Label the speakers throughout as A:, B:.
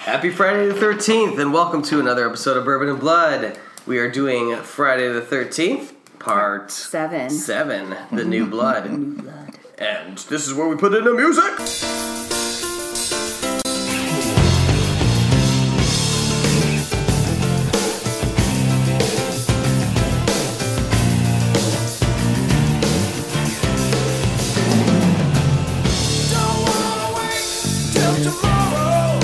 A: Happy Friday the 13th, and welcome to another episode of Bourbon and Blood. We are doing Friday the 13th, part
B: Seven.
A: 7 The New Blood. And this is where we put in the music!
C: Don't wanna wait till tomorrow.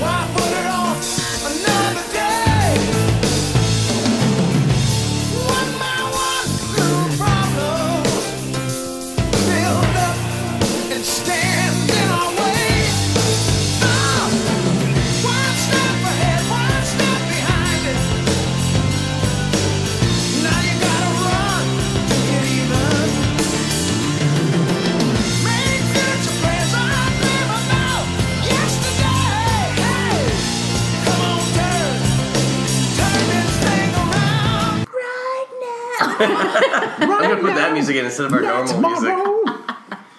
C: Why put it off another day? One by one, little problems build up and stand in our way. Now, one step ahead, one step behind it. Now you gotta run to get even. Make future plans I've never known. Yesterday, hey, come on, turn, turn this thing around.
A: I'm gonna put that music in instead of our normal music.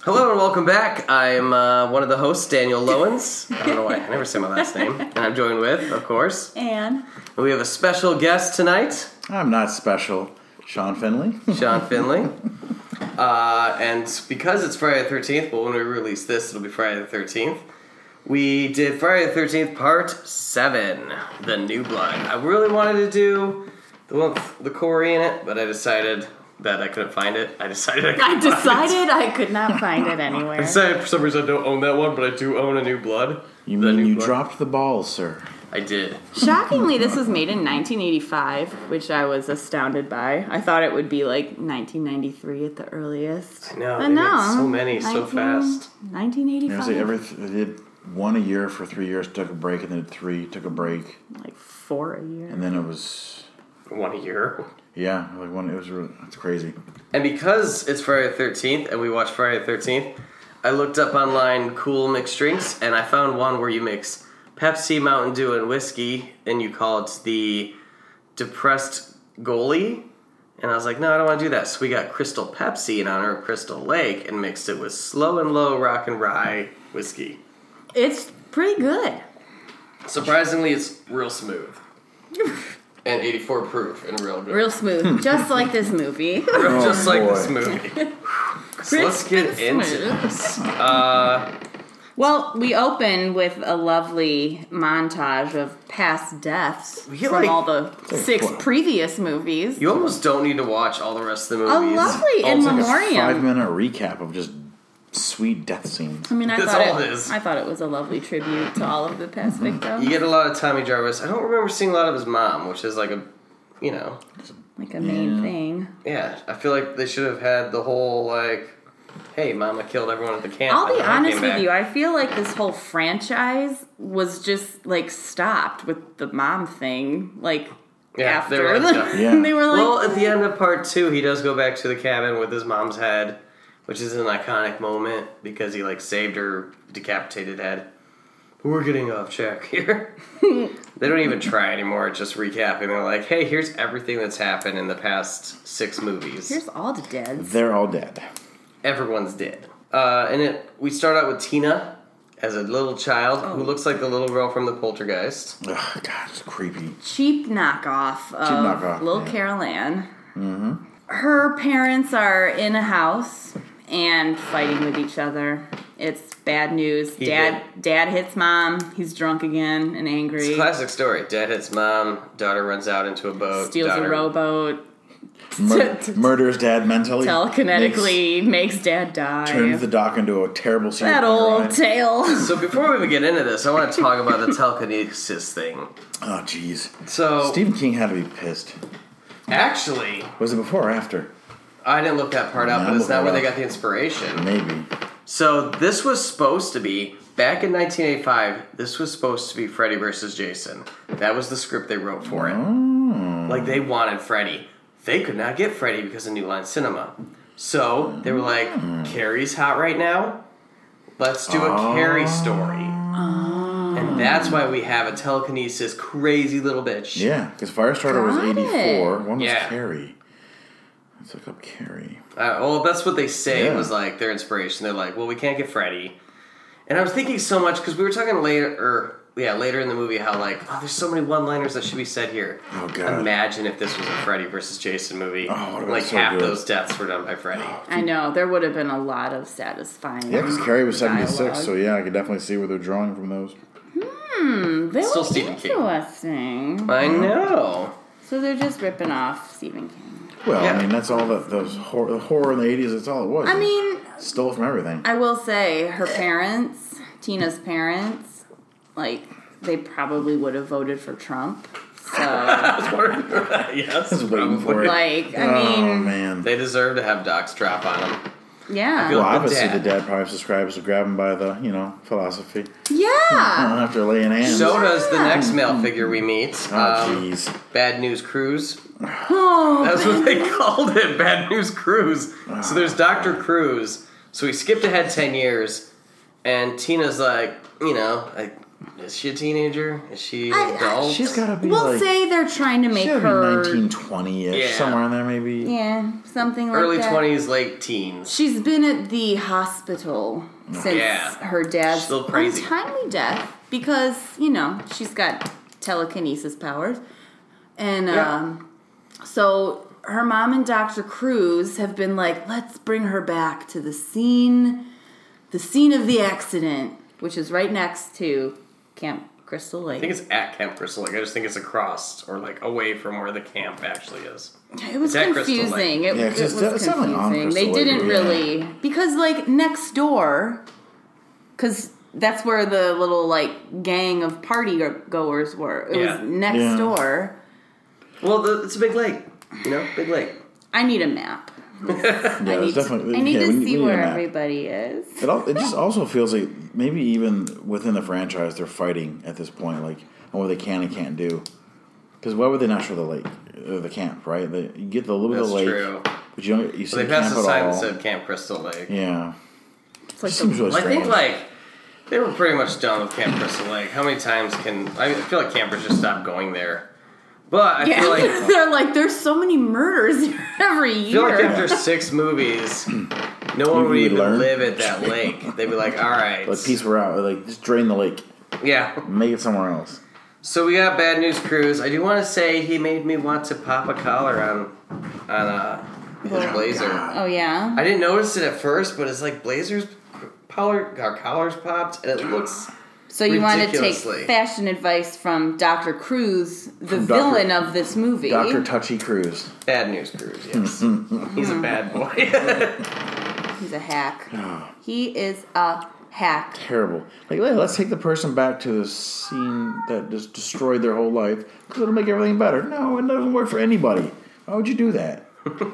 A: Hello and welcome back. I'm uh, one of the hosts, Daniel Lowens. I don't know why I never say my last name. And I'm joined with, of course,
B: And
A: and we have a special guest tonight,
D: I'm not special, Sean Finley.
A: Sean Finley. Uh, and because it's Friday the 13th, but when we release this, it'll be Friday the 13th. We did Friday the 13th, part 7, The New Blood. I really wanted to do the one with the Corey in it, but I decided that I couldn't find it. I decided I couldn't
B: I decided I could not find it anywhere.
A: Say for some reason I don't own that one, but I do own a new blood.
D: You
A: The
D: mean
A: New
D: you
A: Blood.
D: dropped the ball, sir?
A: I did.
B: Shockingly, this was made in 1985, which I was astounded by. I thought it would be like 1993 at the earliest.
A: No,
B: But
A: they made so many so
B: 19
A: fast.
B: 1985.
D: You know, so every they did one a year for three years, took a break, and then three, took a break,
B: like four a year.
D: and then it was
A: One a year.
D: yeah, like one. It was really, it's crazy.
A: And because it's Friday the thirteenth and we watch Friday the thirteenth, I looked up online cool mixed drinks and I found one where you mix Pepsi, Mountain Dew, and whiskey, and you call it the depressed goalie. And I was like, no, I don't want to do that. So we got Crystal Pepsi in honor of Crystal Lake and mixed it with slow and low rock and rye whiskey.
B: It's pretty good.
A: Surprisingly, it's real smooth. and 84 proof and real good.
B: Real smooth, just like this movie.
A: Just like
D: boy.
A: this movie. so let's get into this. Uh,
B: Well, we open with a lovely montage of past deaths
A: We get,
B: from
A: like-
B: all the six previous movies.
A: you almost don't need to watch all the rest of the
B: a
A: movies.
B: lovely in
D: Oh, It's like a
B: memoriam.
D: five-minute recap of just sweet death scenes.
B: I mean, I
A: That's
B: thought
A: all
B: it,
A: it is.
B: I thought it was a lovely tribute to all of the
D: Mm-hmm.
B: past victims.
A: You get a lot of Tommy Jarvis. I don't remember seeing a lot of his mom, which is like a, you know,
B: Like a main
D: Yeah.
B: thing.
A: yeah. I feel like they should have had the whole like, hey, Mama killed everyone at the camp.
B: I'll
A: and
B: be
A: then I
B: honest
A: came
B: with
A: back.
B: you. I feel like this whole franchise was just like stopped with the mom thing. Like
A: Yeah, they
B: after
A: were like,
B: the,
D: Yeah.
B: they were like,
A: Well, at the end of part two, he does go back to the cabin with his mom's head, which is an iconic moment because he like saved her decapitated head. But we're getting off track here. they don't even try anymore. it's Just recapping, they're like, "Hey, here's everything that's happened in the past six movies.
B: here's all the deads.
D: They're all dead.
A: Everyone's dead." Uh, and it we start out with Tina as a little child
B: Oh.
A: who looks like the little girl from the Poltergeist.
D: Ugh, God, it's creepy.
B: Cheap knockoff of
D: knockoff,
B: Lil
D: yeah.
B: Carol Ann. Her parents are in a house and fighting with each other. It's bad news. dad, dad hits mom. He's drunk again and angry.
A: Classic story. Dad hits mom. Daughter runs out into a boat.
B: steals
A: daughter,
B: a rowboat.
D: Mur-
B: T- t-
D: murders dad mentally. makes-
B: telekinetically makes, dad die.
D: turns the dock into a terrible scene.
B: that old tale.
A: So before we even get into this, I want to talk about the telekinesis thing.
D: oh, jeez.
A: So
D: Stephen King had to be pissed.
A: actually,
D: Was it before or after?
A: I didn't look that part up,
D: No,
A: but it's
D: look
A: not
D: it
A: where they
D: up.
A: got the inspiration.
D: Maybe.
A: So this was supposed to be back in 1985. This was supposed to be Freddy versus Jason. That was the script they wrote for it. Like they wanted Freddy. They could not get Freddy because of New Line Cinema. So they were like, Carrie's hot right now. Let's do a Carrie story. And that's why we have a telekinesis crazy little bitch.
D: Yeah, because Firestarter was
B: Got it.
D: 84. One was
A: Yeah.
D: Carrie. Let's look up Carrie.
A: Uh, well, that's what they say
D: Yeah.
A: was like their inspiration. They're like, well, we can't get Freddy. And I was thinking so much because we were talking later, or yeah, later in the movie, how like, oh, there's so many one-liners that should be said here.
D: Oh, God.
A: Imagine if this was a Freddy versus Jason movie.
D: Oh, it would've been
A: like
D: so
A: half
D: good.
A: those deaths were done by Freddy.
B: I know there would have been a lot of satisfying.
D: Yeah, because Carrie was 76,
B: dialogue.
D: so yeah, I could definitely see where they're drawing from those.
B: Hmm, that
A: Still
B: was
A: Stephen King.
B: interesting.
A: I
D: Mm-hmm.
A: know.
B: So they're just ripping off Stephen King.
D: Well,
A: Yeah.
D: I mean, that's all that those horror, the horror in the 80s, that's all it was.
B: I mean,
D: stole from everything.
B: I will say her parents, Tina's parents, like they probably would have voted for Trump. So,
A: yes,
D: was waiting for
A: probably.
D: it.
B: like, I
D: oh,
B: mean,
D: man.
A: They deserve to have Doc's drop on them.
B: yeah,
A: feel-
D: well, obviously,
A: the
D: the dad probably subscribes to grab him by the, you know, philosophy.
B: Uh, yeah.
D: After laying hands.
A: So does the next male figure we meet.
D: oh,
A: um,
D: jeez.
A: Bad News Cruz.
B: Oh,
A: That's what they called it, Bad News Cruz. So there's Dr. Cruz. So we skipped ahead 10 years, and Tina's like, you know, like, is she a teenager? Is she
B: I-
A: an
B: I-
A: adult?
D: She's got to be
B: we'll
D: like.
B: say they're trying to
D: she
B: make
D: gotta
B: her
D: be 1920 ish,
A: Yeah.
D: somewhere in there, maybe.
B: yeah something like
A: Early
B: that.
A: 20s, late teens.
B: She's been at the hospital since
A: Yeah.
B: her dad's
A: Still crazy.
B: untimely death because, you know, she's got telekinesis powers. And
A: Yeah.
B: um, so her mom and Dr. Cruz have been like, let's bring her back to the scene, the scene of the accident, which is right next to Camp Crystal Lake.
A: I think it's at Camp Crystal Lake. I just think it's across or like away from where the camp actually is.
B: It was
A: It's at Crystal Lake.
B: confusing. It,
D: Yeah,
B: it
D: 'cause
B: was
D: it's- it's not like on
B: confusing.
D: Crystal
B: They
D: Lake,
B: didn't
D: yeah.
B: really because like next door, because that's where the little like gang of party go- goers were. It
A: Yeah.
B: was next
D: Yeah.
B: door.
A: Well, the, it's a big lake. You know, big lake.
B: I need a map.
D: Yeah,
B: I
D: it's
B: need
D: definitely.
B: to, I need
D: yeah,
B: to
D: we we
B: see
D: need a
B: where
D: map.
B: everybody is.
D: It, all, it just also feels like maybe even within the franchise they're fighting at this point, like on what they can and can't do. Because why would they not show the lake or the camp? Right? They, you get the little bit of
A: That's
D: lake,
A: true.
D: but you don't. You see
A: So they
D: the camp
A: passed a sign
D: at all.
A: that said Camp Crystal Lake.
D: yeah,
B: It's like
D: seems
B: the,
D: really
A: Well, I
D: strange.
A: think like they were pretty much done with Camp Crystal Lake. How many times can I feel like campers just stop going there? But I
B: yeah,
A: feel like I
B: they're like there's so many murders every year.
A: feel like after six movies, no one
D: You-
A: would
D: you
A: even
D: learn.
A: live at that lake. They'd be like, "All right,
D: like peace we're out. Like just drain the lake,
A: yeah."
D: make it somewhere else.
A: So we got Bad News Cruise. I do want to say he made me want to pop a collar on on uh, his blazer.
B: oh yeah,
A: I didn't notice it at first, but it's like blazers collar our collars popped, and it looks
B: so you want to take
A: ridiculously.
B: fashion advice from Dr. Cruz, the
D: From Dr.
B: villain of this movie.
D: Doctor Touchy Cruz.
A: Bad News Cruise. Yes, he's a bad boy.
B: He's a hack. He is a hack.
D: Terrible. Like yeah, let's take the person back to the scene that just destroyed their whole life because it'll make everything better. No, it doesn't work for anybody. Why would you do that?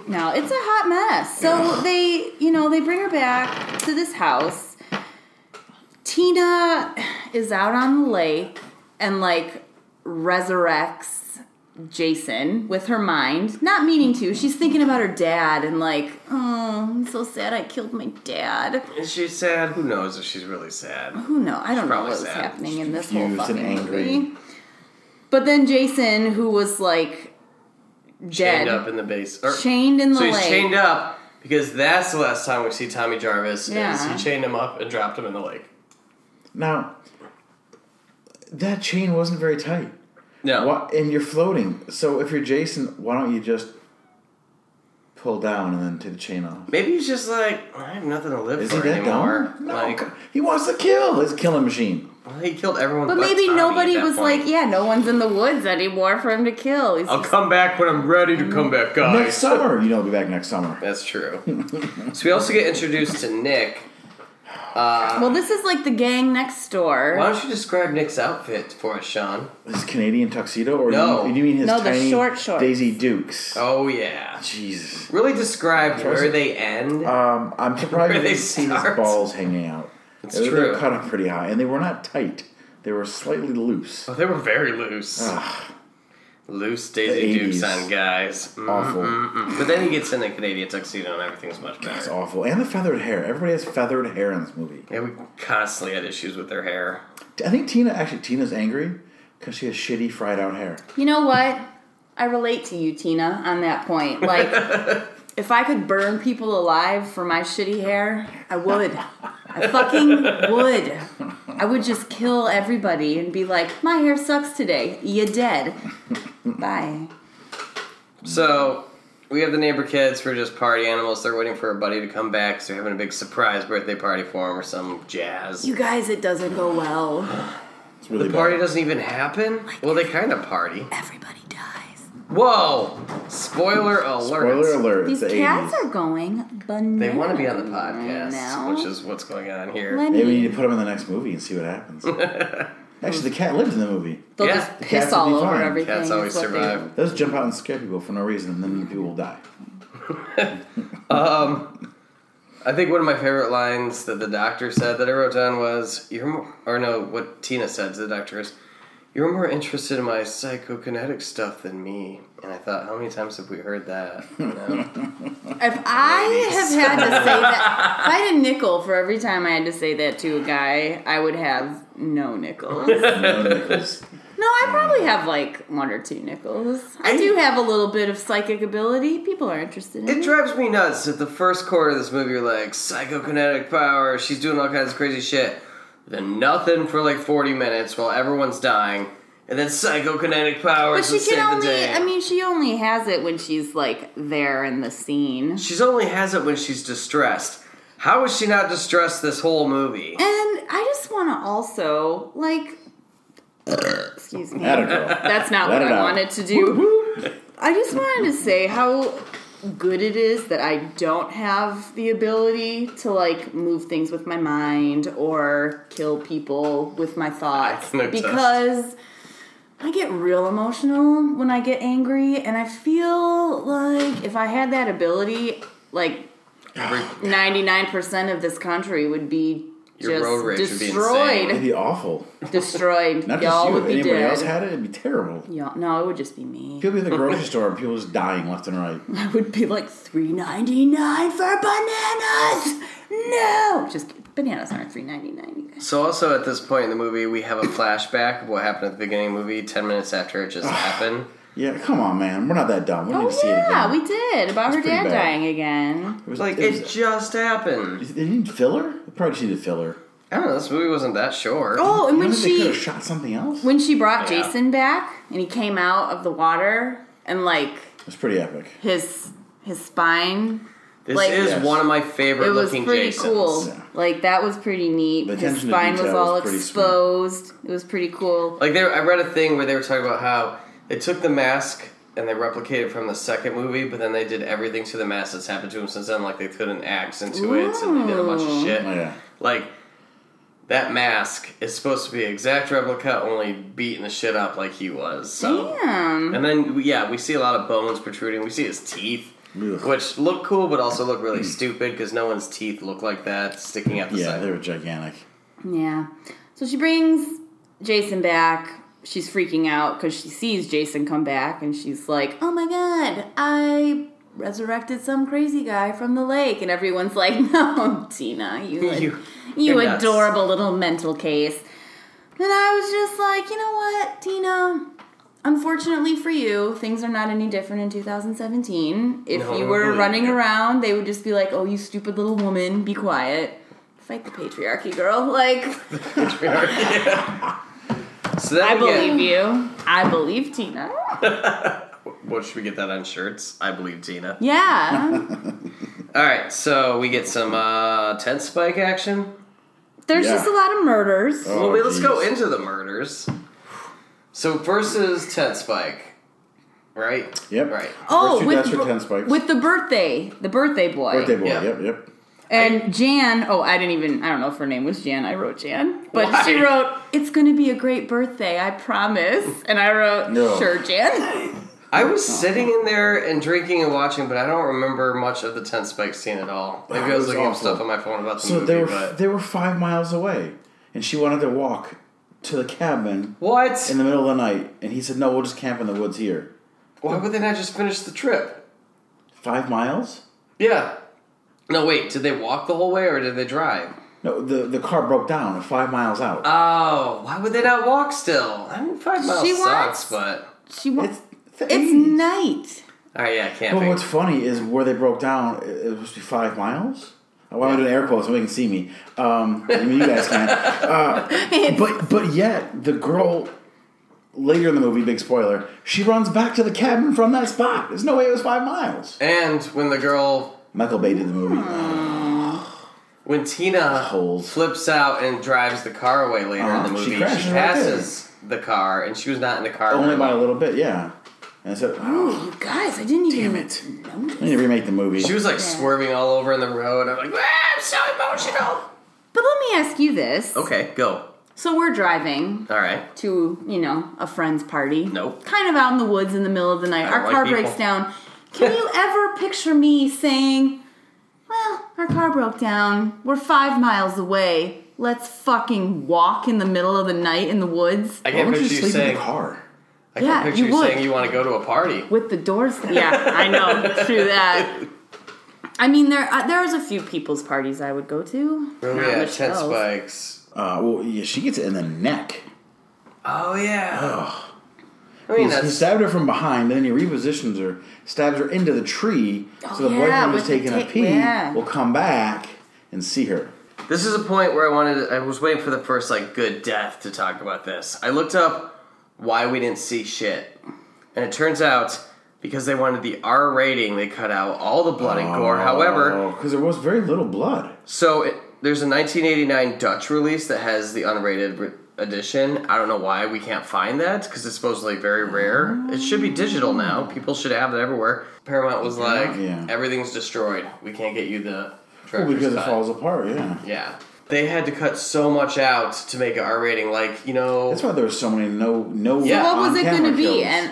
B: No, it's a hot mess. So they, you know, they bring her back to this house. Tina is out on the lake and like resurrects Jason with her mind, not meaning to. She's thinking about her dad and like, oh, I'm so sad I killed my dad.
A: Is she sad? Who knows if she's really sad?
B: Who knows? I don't know
A: probably
B: what was
A: sad.
B: happening in this whole
D: confused and
B: fucking
D: angry.
B: movie. But then Jason, who was like dead,
A: Chained up in the base. or-
B: chained in the
A: so he's
B: lake.
A: chained up because that's the last time we see Tommy Jarvis. Is
B: Yeah.
A: he chained him up and dropped him in the lake?
D: Now, that chain wasn't very tight.
A: No.
D: Why, and you're floating. So if you're Jason, why don't you just pull down and then take the chain off?
A: Maybe he's just like I have nothing to live
D: Is he
A: for
D: that
A: anymore.
D: dumb? No,
A: like
D: c- he wants to kill. His killing machine.
A: well, he killed everyone.
B: but
A: but
B: maybe
A: Tommy
B: nobody
A: at that
B: was
A: point.
B: like, yeah, no one's in the woods anymore for him to kill. He's
A: "I'll
B: just-
A: come back when I'm ready to come back, guys."
D: Next summer, you know, he'll be back next summer.
A: That's true. so we also get introduced to Nick.
B: well, this is like the gang next door.
A: Why don't you describe Nick's outfit for us, Sean?
D: His Canadian tuxedo, or
A: No.
D: you, you mean his
B: No, the
D: tiny
B: short shorts.
D: Daisy Dukes?
A: Oh yeah.
D: Jesus.
A: Really describe where they end.
D: Um, I'm surprised
A: Where
D: you
A: they
D: didn't see his
A: start.
D: balls hanging out.
A: It's
D: they, They
A: true.
D: were cut up pretty high, and they were not tight. They were slightly loose.
A: oh, they were very loose. Loose Daisy
D: The Oh.
A: Dukes
D: 80s.
A: on guys. Mm,
D: Awful.
A: mm, mm. But then he gets in a Canadian tuxedo and everything's much
D: It's
A: better.
D: awful. And the feathered hair. Everybody has feathered hair in this movie.
A: Yeah, we constantly had issues with their hair.
D: I think Tina actually Tina's angry because she has shitty fried out hair.
B: You know what? I relate to you, Tina, on that point. Like, if I could burn people alive for my shitty hair, I would. I fucking would. I would just kill everybody and be like, my hair sucks today. You dead. Bye.
D: Mm.
A: So we have the neighbor kids who are just party animals. They're waiting for a buddy to come back because they're having a big surprise birthday party for him or some jazz.
B: You guys, it doesn't go well.
D: It's really
A: the party
D: bad. Oh
A: doesn't even happen. Well, they kind of party.
B: Everybody dies.
A: Whoa! Spoiler alert!
D: Spoiler alert.
B: These
D: it's the
B: cats
D: 80s.
B: are going bananas.
A: They want to be on the
B: now.
A: podcast, which is what's going on here.
B: Lenny,
D: Maybe we need to put them in the next movie and see what happens. Actually, the cat lives in the movie.
B: they'll
A: Yeah,
B: just
A: the
B: piss
D: cats will
B: all
D: be
B: over
D: fine.
B: everything.
A: Cats
B: is
A: always
B: what they-
A: survive.
D: They just jump out and scare people for no reason, and then people will die.
A: I think one of my favorite lines that the doctor said that I wrote down was, "You're more," or no, what Tina said to the doctor is, "You're more interested in my psychokinetic stuff than me." And I thought, how many times have we heard that? You know?
B: If I have had to say that, if I had a nickel for every time I had to say that to a guy, I would have no nickels. no,
D: No nickels.
B: I probably have like one or two nickels. I do have a little bit of psychic ability. People are interested in
A: It
B: it.
A: drives me nuts that the first quarter of this movie you're like, psychokinetic power, she's doing all kinds of crazy shit. Then nothing for like 40 minutes while everyone's dying. And then psychokinetic power
B: But
A: to
B: she
A: save
B: can
A: the
B: only,
A: day.
B: I mean, she only has it when she's like there in the scene.
A: she's only has it when she's distressed. How is she not distressed this whole movie?
B: And I just want to also, like, excuse me.
D: Atta girl.
B: That's not
D: Let
B: what
D: it
B: I
D: out.
B: wanted to do. I just wanted to say how good it is that I don't have the ability to like move things with my mind or kill people with my thoughts
A: I've noticed.
B: because I get real emotional when I get angry and I feel like if I had that ability like
A: Every-
B: 99% of this country would be
A: Your
B: just
A: road rage would be
B: destroyed
D: It'd be awful.
B: destroyed
D: Not
B: y'all
D: just you.
B: would
D: If
B: be
D: anybody
B: dead
D: else had it, it'd be terrible.
B: Y'all, no, it would just be me.
D: People be in the grocery store and people just dying left and right.
B: I would be like three ninety nine for bananas. No, just kidding. bananas aren't three ninety nine. You guys.
A: So also at this point in the movie, we have a flashback of what happened at the beginning of the movie, ten minutes after it just happened.
D: Yeah, come on, man. We're not that dumb. We don't need to
B: Oh
D: see it
B: yeah,
D: again.
B: we did about her
D: pretty
B: dad
D: bad.
B: dying again.
D: it was
A: Like
D: it was-
A: it just happened.
D: They didn't filler. They probably just needed filler.
A: I don't know. This movie wasn't that short.
B: Oh, and
D: You
B: when
D: know, they could
B: she
D: have shot something else.
B: when she brought
A: Yeah.
B: Jason back and he came out of the water and like
D: It's pretty epic.
B: his his spine,
A: this
B: like-
A: is
D: Yes.
A: one of my favorite
B: it was
A: looking
B: pretty
A: Jasons.
B: cool.
D: Yeah.
B: Like that was pretty neat.
D: The
B: his
D: attention to
B: spine was
D: detail
B: all
D: was pretty sweet.
B: exposed. It was pretty cool.
A: Like they, I read a thing where they were talking about how they took the mask and they replicated it from the second movie, but then they did everything to the mask that's happened to him since then. Like they put an axe into it, and they did a bunch of shit.
D: Oh, yeah.
A: Like that mask is supposed to be an exact replica, only beating the shit up like he was.
D: Oh.
A: So.
B: Damn.
A: And then yeah, we see a lot of bones protruding. We see his teeth.
D: Ugh. Hmm.
A: Which look cool, but also look really stupid because no one's teeth look like that sticking out the
D: Yeah,
A: side.
D: they were gigantic.
B: Yeah. So she brings Jason back. She's freaking out because she sees Jason come back and she's like, oh my god, I resurrected some crazy guy from the lake. And everyone's like, no, Tina, you,
A: You-
B: you,
A: you're nuts."
B: adorable little mental case. And I was just like, you know what, Tina? Unfortunately for you, things are not any different in 2017. If
A: No,
B: you were
A: really.
B: running around, they would just be like, oh, you stupid little woman, be quiet. Fight the patriarchy, girl. Like,
A: So then
B: I
A: we get-
B: believe you. I believe Tina.
A: What should we get that on shirts? I believe Tina.
B: Yeah.
A: All right, so we get some uh, tent spike action.
B: There's
D: Yeah.
B: just a lot of murders.
D: Oh,
A: well, wait, let's go
D: geez.
A: into the murders. So first is tent spike, right?
D: Yep.
A: Right.
B: Oh,
D: Virtue
B: with,
D: Dasher,
B: bir-
D: Ten Spikes.
B: with the birthday, the birthday boy.
D: Birthday boy.
A: Yeah.
D: Yep, yep.
B: And Jan, oh, I didn't even, I don't know if her name was Jan. I wrote Jan. But
A: Why?
B: she wrote, it's going to be a great birthday, I promise. And I wrote,
D: No.
B: sure, Jan.
A: I
D: Oh.
A: was sitting in there and drinking and watching, but I don't remember much of the tent spike scene at all. Maybe I
D: It
A: was
D: was
A: looking up
D: awful.
A: stuff on my phone about the
D: So
A: movie,
D: they were
A: but
D: they were five miles away, and she wanted to walk to the cabin
A: what?
D: in the middle of the night, and he said, "No, we'll just camp in the woods here."
A: Why would they not just finish the trip?
D: Five miles?
A: Yeah. No, wait. Did they walk the whole way or did they drive?
D: No, the the car broke down at five miles
B: Uh,
D: out.
A: Oh, why would they not walk still? I mean, five miles
B: She
A: sucks,
B: wants-
A: but.
B: She wa-
D: it's
B: It's,
D: the 80s.
B: night.
A: Oh yeah,
D: But
A: camping.
D: what's funny is where they broke down. It it was supposed to be five miles. Why am I doing air quotes? Nobody can see me. Um, I mean, you guys can. Uh, but but yet the girl later in the movie, big spoiler, she runs back to the cabin from that spot. There's no way it was five miles.
A: And when the girl,
D: Michael Bay did the movie.
A: when Tina
D: Holes.
A: flips out and drives the car away later in
D: Uh-huh.
A: the
D: She
A: movie, she,
D: crashes right
A: passes the car, and she was not in the car.
D: Only
A: when
D: by a little bit, yeah. And I said, oh,
B: You guys, I didn't even.
D: damn it. I need to remake the movie.
A: She was like swerving all over in the road. I'm like, "Ah, I'm so emotional.
B: But let me ask you this.
A: Okay, go.
B: So we're driving
A: All right.
B: to, you know, a friend's party.
A: Nope.
B: Kind of out in the woods in the middle of the night.
A: don't
B: Our
A: like
B: car
A: people.
B: breaks down. Can you ever picture me saying, well, our car broke down. We're five miles away. Let's fucking walk in the middle of the night in the woods
A: I
D: Why
A: can't
D: would
A: picture you
D: you sleep in
A: saying.
D: the car?
A: I
B: Yeah,
A: can't picture
B: you
A: you,
B: would.
A: saying you want to go to a party.
B: with the doors. Yeah, I know. True that. I mean, there uh, there was a few people's parties I would go to.
A: Oh
B: Not
A: yeah,
B: much
A: tent
B: else.
A: spikes.
D: Uh, well, yeah, she gets it in the neck.
A: Oh yeah. I
D: He,
A: mean
D: he
A: that's
D: stabbed her from behind, then he repositions her, stabs her into the tree,
B: Oh,
D: so the
B: yeah,
D: boyfriend
B: with
D: who's
B: the
D: taking a
B: ta-
D: pee
B: yeah.
D: will come back and see her.
A: This is a point where I wanted. I was waiting for the first like good death to talk about this. I looked up why we didn't see shit, and it turns out because they wanted the R rating, they cut out all the blood and gore. However,
D: because Oh, there was very little blood.
A: so it, there's a 1989 Dutch release that has the unrated re- edition. I don't know why we can't find that because it's supposedly very rare. It should be digital now. People should have it everywhere. Paramount was like,
D: Yeah.
A: everything's destroyed. We can't get you the.
D: Well, because
A: director's
D: it
A: cut."
D: falls apart, yeah.
A: Yeah. They had to cut so much out to make it R rating. Like, you know,
D: That's why there was so many no no.
A: Yeah.
B: What was it
D: on-camera
B: going to be?
D: kills.
B: And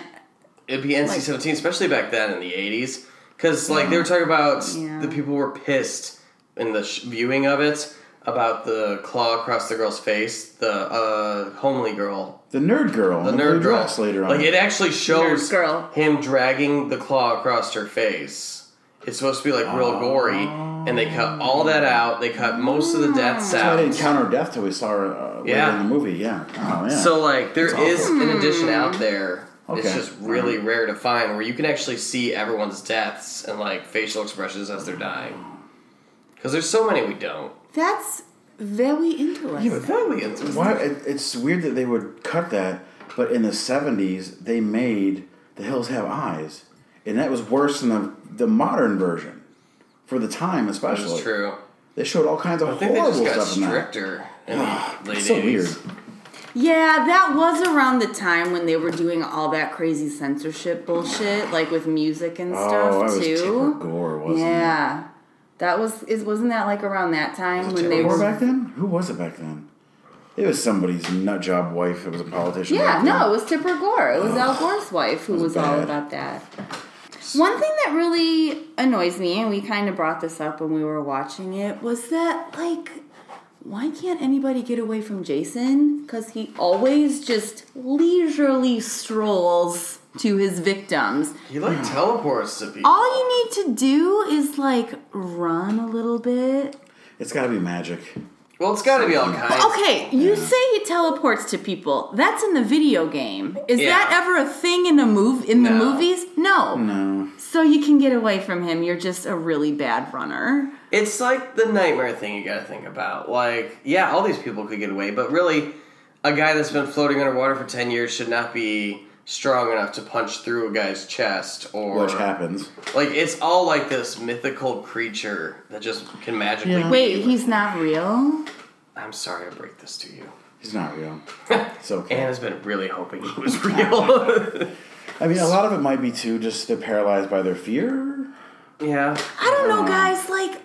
A: it'd be NC 17, especially back then in the 80s. Because, like, they were talking about
B: Yeah.
A: the people were pissed in the sh- viewing of it about the claw across the girl's face, the uh, homely girl,
D: the nerd girl,
A: the
D: in
A: nerd
D: blue
A: girl.
D: dress later on.
A: Like, it actually shows
B: Nerd girl.
A: him dragging the claw across her face. It's supposed to be, like, real gory. And they cut all that out. They cut most of the deaths out.
D: I didn't counter death till we saw her uh, later
A: Yeah.
D: in the movie. Yeah. Oh, yeah.
A: So like there
D: That's awful.
A: is an edition out there. It's
D: Okay.
A: just really rare to find where you can actually see everyone's deaths and like facial expressions as they're dying. Because there's so many we don't.
B: that's very interesting.
A: That'd be interesting.
D: Why, it, it's weird that they would cut that, but in the 70s, they made The Hills Have Eyes. And that was worse than the, the modern version. For the time, especially.
A: It's true.
D: They showed all kinds of
A: I think they just
D: horrible
A: got
D: stuff in that.
A: stricter in the late
D: It's so
A: 80s.
D: weird.
B: Yeah, that was around the time when they were doing all that crazy censorship bullshit, like with music and stuff
D: Oh, I was Tipper
B: too.
D: Gore, wasn't it?
B: Yeah, that was is wasn't that like around that time when they
D: Tipper
B: were?
D: Gore back then? Who was it back then? It was somebody's nut job wife. It was a politician.
B: Yeah,
D: back then.
B: no, it was Tipper Gore. It was Al Gore's wife who was,
D: was
B: all
D: bad.
B: about that. One thing that really annoys me, and we kind of brought this up when we were watching it, was that like, why can't anybody get away from Jason? Because he always just leisurely strolls to his victims.
A: He like teleports to people.
B: All you need to do is like run a little bit.
D: It's got to be magic.
A: Well, it's got to be all kinds.
D: Oh,
B: Okay, you say he teleports to people. That's in the video game. Is
A: Yeah.
B: that ever a thing in a move in the
A: No. Hmm.
B: movies? No.
D: No.
B: So you can get away from him. You're just a really bad runner.
A: It's like the nightmare thing you gotta think about. Like, yeah, all these people could get away, but really, a guy that's been floating underwater for 10 years should not be strong enough to punch through a guy's chest or.
D: Which happens.
A: Like, it's all like this mythical creature that just can magically.
D: Yeah.
B: Wait, he's not real?
A: I'm sorry to break this to you.
D: He's not real. It's okay.
A: Anna's been really hoping he was real.
D: I mean, a lot of it might be too just they're paralyzed by their fear.
A: yeah.
B: I don't
A: Uh.
B: know, guys. Like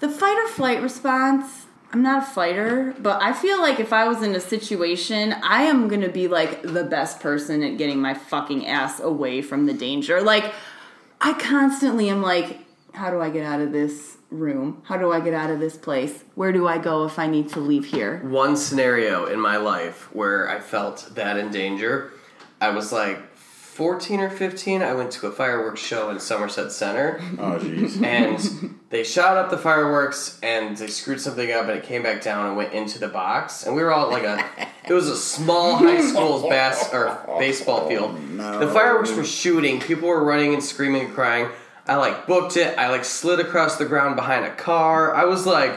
B: the fight or flight response. I'm not a fighter, but I feel like if I was in a situation, I am going to be like the best person at getting my fucking ass away from the danger. Like I constantly am like, how do I get out of this room? How do I get out of this place? Where do I go if I need to leave here?
A: one scenario in my life where I felt that in danger. I was like 14 or 15. I went to a fireworks show in Somerset Center
D: Oh, jeez.
A: and they shot up the fireworks and they screwed something up and it came back down and went into the box and we were all at like a it was a small high school's bas- or baseball field
D: no.
A: the fireworks were shooting people were running and screaming and crying I like booked it. I like slid across the ground behind a car. I was like,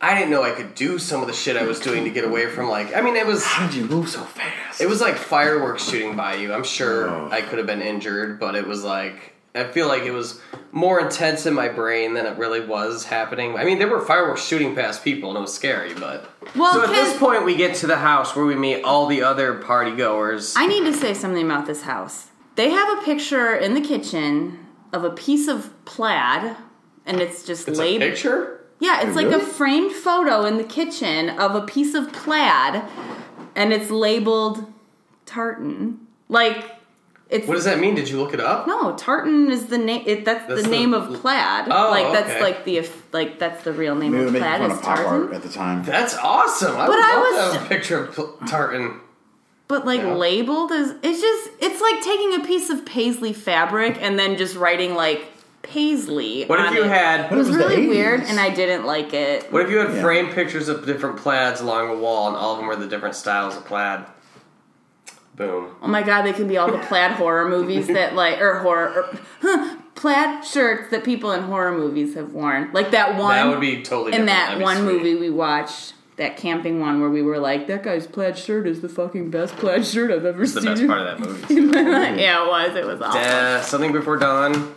A: I didn't know I could do some of the shit I was doing to get away from like. I mean, it was
D: How did you move so fast?
A: it was like fireworks shooting by you. I'm sure I could have been injured, but it was like I feel like it was more intense in my brain than it really was happening. I mean, there were fireworks shooting past people, and it was scary. But
B: Well,
A: so at
B: can-
A: this point, we get to the house where we meet all the other party goers.
B: I need to say something about this house. They have a picture in the kitchen of a piece of plaid, and it's just
A: It's a
B: laid.
A: picture.
B: Yeah, it's like
D: Really?
B: a framed photo in the kitchen of a piece of plaid, and it's labeled tartan. Like it's
A: What does that mean? Did you look it up?
B: no tartan is the name. That's,
A: That's
B: the
A: the-
B: name of plaid.
A: Oh,
B: like that's
A: okay.
B: like the of- like that's the real name
D: They were
B: of
D: making
B: plaid
D: fun
B: is
D: of pop art
B: tartan.
D: at the time.
A: That's awesome. I
B: But
A: would
B: I
A: love
B: was-
A: to have a picture of pl- tartan.
B: But like
A: Yeah.
B: labeled as it's just it's like taking a piece of paisley fabric and then just writing like paisley.
A: What if
B: on
A: you
B: it.
D: What
B: It
A: had?
D: if-
B: was
D: It was the
B: really weird,
D: 80s.
B: and I didn't like it.
A: What if you had
D: Yeah.
A: framed pictures of different plaids along a wall, and all of them were the different styles of plaid? Boom.
B: Oh my god, they can be all the plaid horror movies that like or horror or, huh, plaid shirts that people in horror movies have worn. Like that one
A: That would be totally different.
B: in that
A: That'd be
B: one
A: sweet.
B: movie we watched, that camping one where we were like, That guy's plaid shirt is the fucking best plaid shirt I've ever
A: It's the
B: seen.
A: best part of that movie.
B: yeah, it was. It was awful.
A: uh, something before dawn.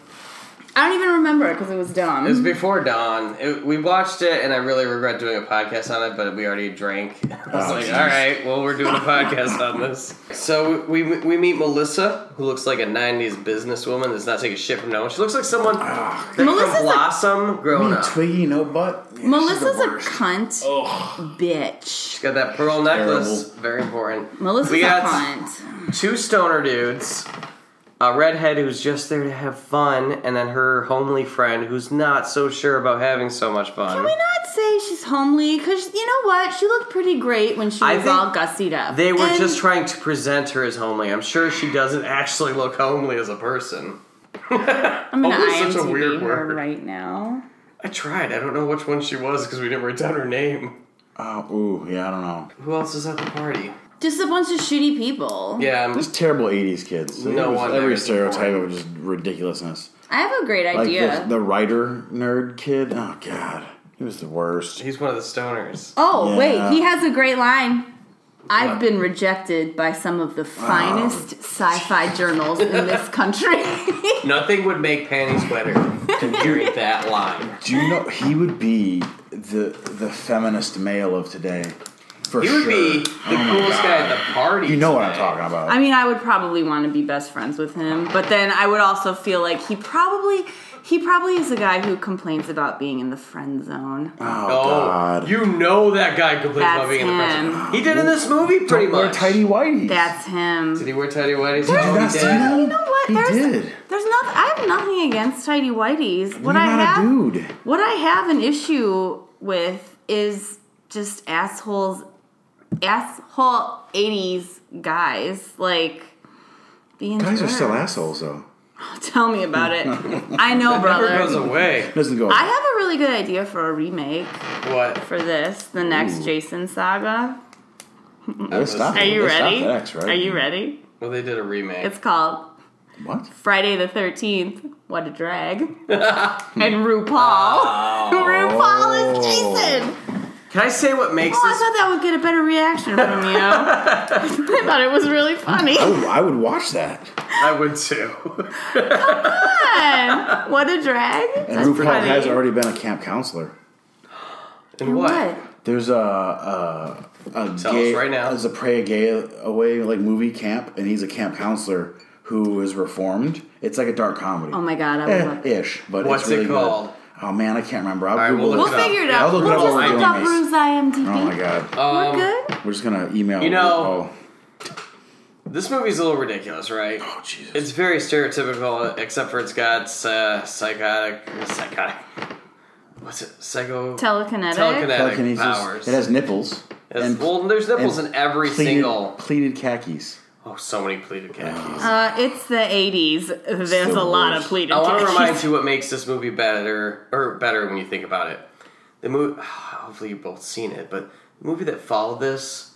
B: I don't even remember it because it was dumb.
A: It was before dawn. It, we watched it, and I really regret doing a podcast on it, but we already drank. I was
D: Oh,
A: like,
D: geez.
A: all right, well, we're doing a podcast on this. So we we meet Melissa, who looks like a '90s businesswoman that's not taking shit from no one. She looks like someone
D: Ah,
A: that
B: Melissa's a-
A: from Blossom grown up.
D: Twiggy, no butt. Yeah, she's
B: Melissa's
D: the
B: a
D: worst.
B: cunt bitch.
A: She's got that pearl necklace.
D: Terrible.
A: Very important.
B: Melissa's
A: we
B: a
A: got
B: cunt.
A: two stoner dudes, a redhead who's just there to have fun, and then her homely friend who's not so sure about having so much fun.
B: Can we not say she's homely? Because you know what? She looked pretty great when she
A: I
B: was
A: think
B: all gussied up.
A: They were
B: And-
A: just trying to present her as homely. I'm sure she doesn't actually look homely as a person.
B: I'm gonna
A: Homely
B: IMDb
A: is such a weird
B: her
A: word.
B: right now.
A: I tried. I don't know which one she was because we didn't write down her name.
D: Oh, ooh, yeah, I don't know.
A: Who else is at the party?
B: Just a bunch of shitty people.
A: Yeah, I'm-
D: Just terrible '80s kids. It
A: No
D: was
A: wonder
D: every
A: it's
D: stereotype of just ridiculousness.
B: I have a great
D: Like
B: idea.
D: the, the writer nerd kid. Oh God, he was the worst.
A: he's one of the stoners.
B: oh
D: Yeah.
B: wait, he has a great line. I've
A: What?
B: been rejected by some of the finest sci-fi journals in this country.
A: Nothing would make panties wetter than hearing that line.
D: Do you know he would be the the feminist male of today? For
A: He would
D: sure. Oh
A: be the coolest guy at the party.
D: You know what I'm
A: today.
D: talking about.
B: I mean, I would probably want to be best friends with him, but then I would also feel like he probably he probably is a guy who complains about being in the friend zone.
D: oh,
A: Oh,
D: God.
A: you know that guy complains about
B: That's
A: being in the
B: him.
A: prison. He did in this movie pretty
D: Don't wear
A: much.
D: tidy whities.
B: That's him.
A: did he wear tidy whities?
D: Did you not see that?
B: You know what?
D: He
B: There's-
D: did.
B: There's nothing. I have nothing against tidy whities. What
D: You're
B: I
D: not
B: have,
D: a dude.
B: what I have an issue with is just assholes, asshole '80s guys like being
D: Guys are still
B: jerks.
D: assholes though.
B: Tell me about it. I know,
A: Never goes
B: brother.
A: away.
D: Doesn't go.
B: I have a really good idea for a remake
A: What?
B: for this, the next Jason saga.
D: They'll stop
B: Are
D: it.
B: you
D: They'll stop
B: ready?
D: that X, right?
B: Are you ready?
A: Well, they did a remake.
B: It's called
D: What?
B: Friday the 13th. What a drag. and RuPaul.
D: Oh.
B: RuPaul is Jason.
A: Can I say what makes
B: Oh, I
A: this
B: thought that would get a better reaction from you. I thought it was really funny.
D: I would, Oh, I would watch that.
A: I would too.
B: Man, what a drag.
D: And RuPaul has already been a camp counselor.
A: And
B: What?
A: what?
D: There's a a, a
A: Tell
D: gay
A: us right now.
D: There's a pray a gay away like movie camp, and he's a camp counselor who is reformed. It's like a dark comedy.
B: Oh my god, I would
D: Eh,
B: love it.
D: ish, but
A: What's
D: it's really
A: it
D: good.
A: called?
D: Oh man, I can't remember. I'll
A: right,
D: Google
A: we'll
D: it.
B: We'll
A: look up.
B: figure it
D: Yeah,
B: out.
D: I'll look it
B: we'll
D: up
B: just
D: while we're
B: look
D: doing
B: up
D: this.
B: Rue's IMDb.
D: Oh my god,
B: We're
A: Um,
B: good.
D: we're just gonna email.
A: You know-
D: Oh,
A: This movie's a little ridiculous, right?
D: oh Jesus.
A: It's very stereotypical, except for it's got uh, psychotic, psychotic. What's it? Psycho.
B: Telekinetic.
A: Telekinetic
D: Telekinesis.
A: powers.
D: It has nipples.
A: It's- well, there's nipples in every
D: pleated,
A: single.
D: pleated khakis.
A: Oh, so many pleated
D: Oh.
A: khakis.
B: Uh, it's the 80s. There's
D: the
B: a lot
D: worst.
B: of pleated
A: I want to
B: cases.
A: remind you what makes this movie better, or better when you think about it. The movie, hopefully you've both seen it, but the movie that followed this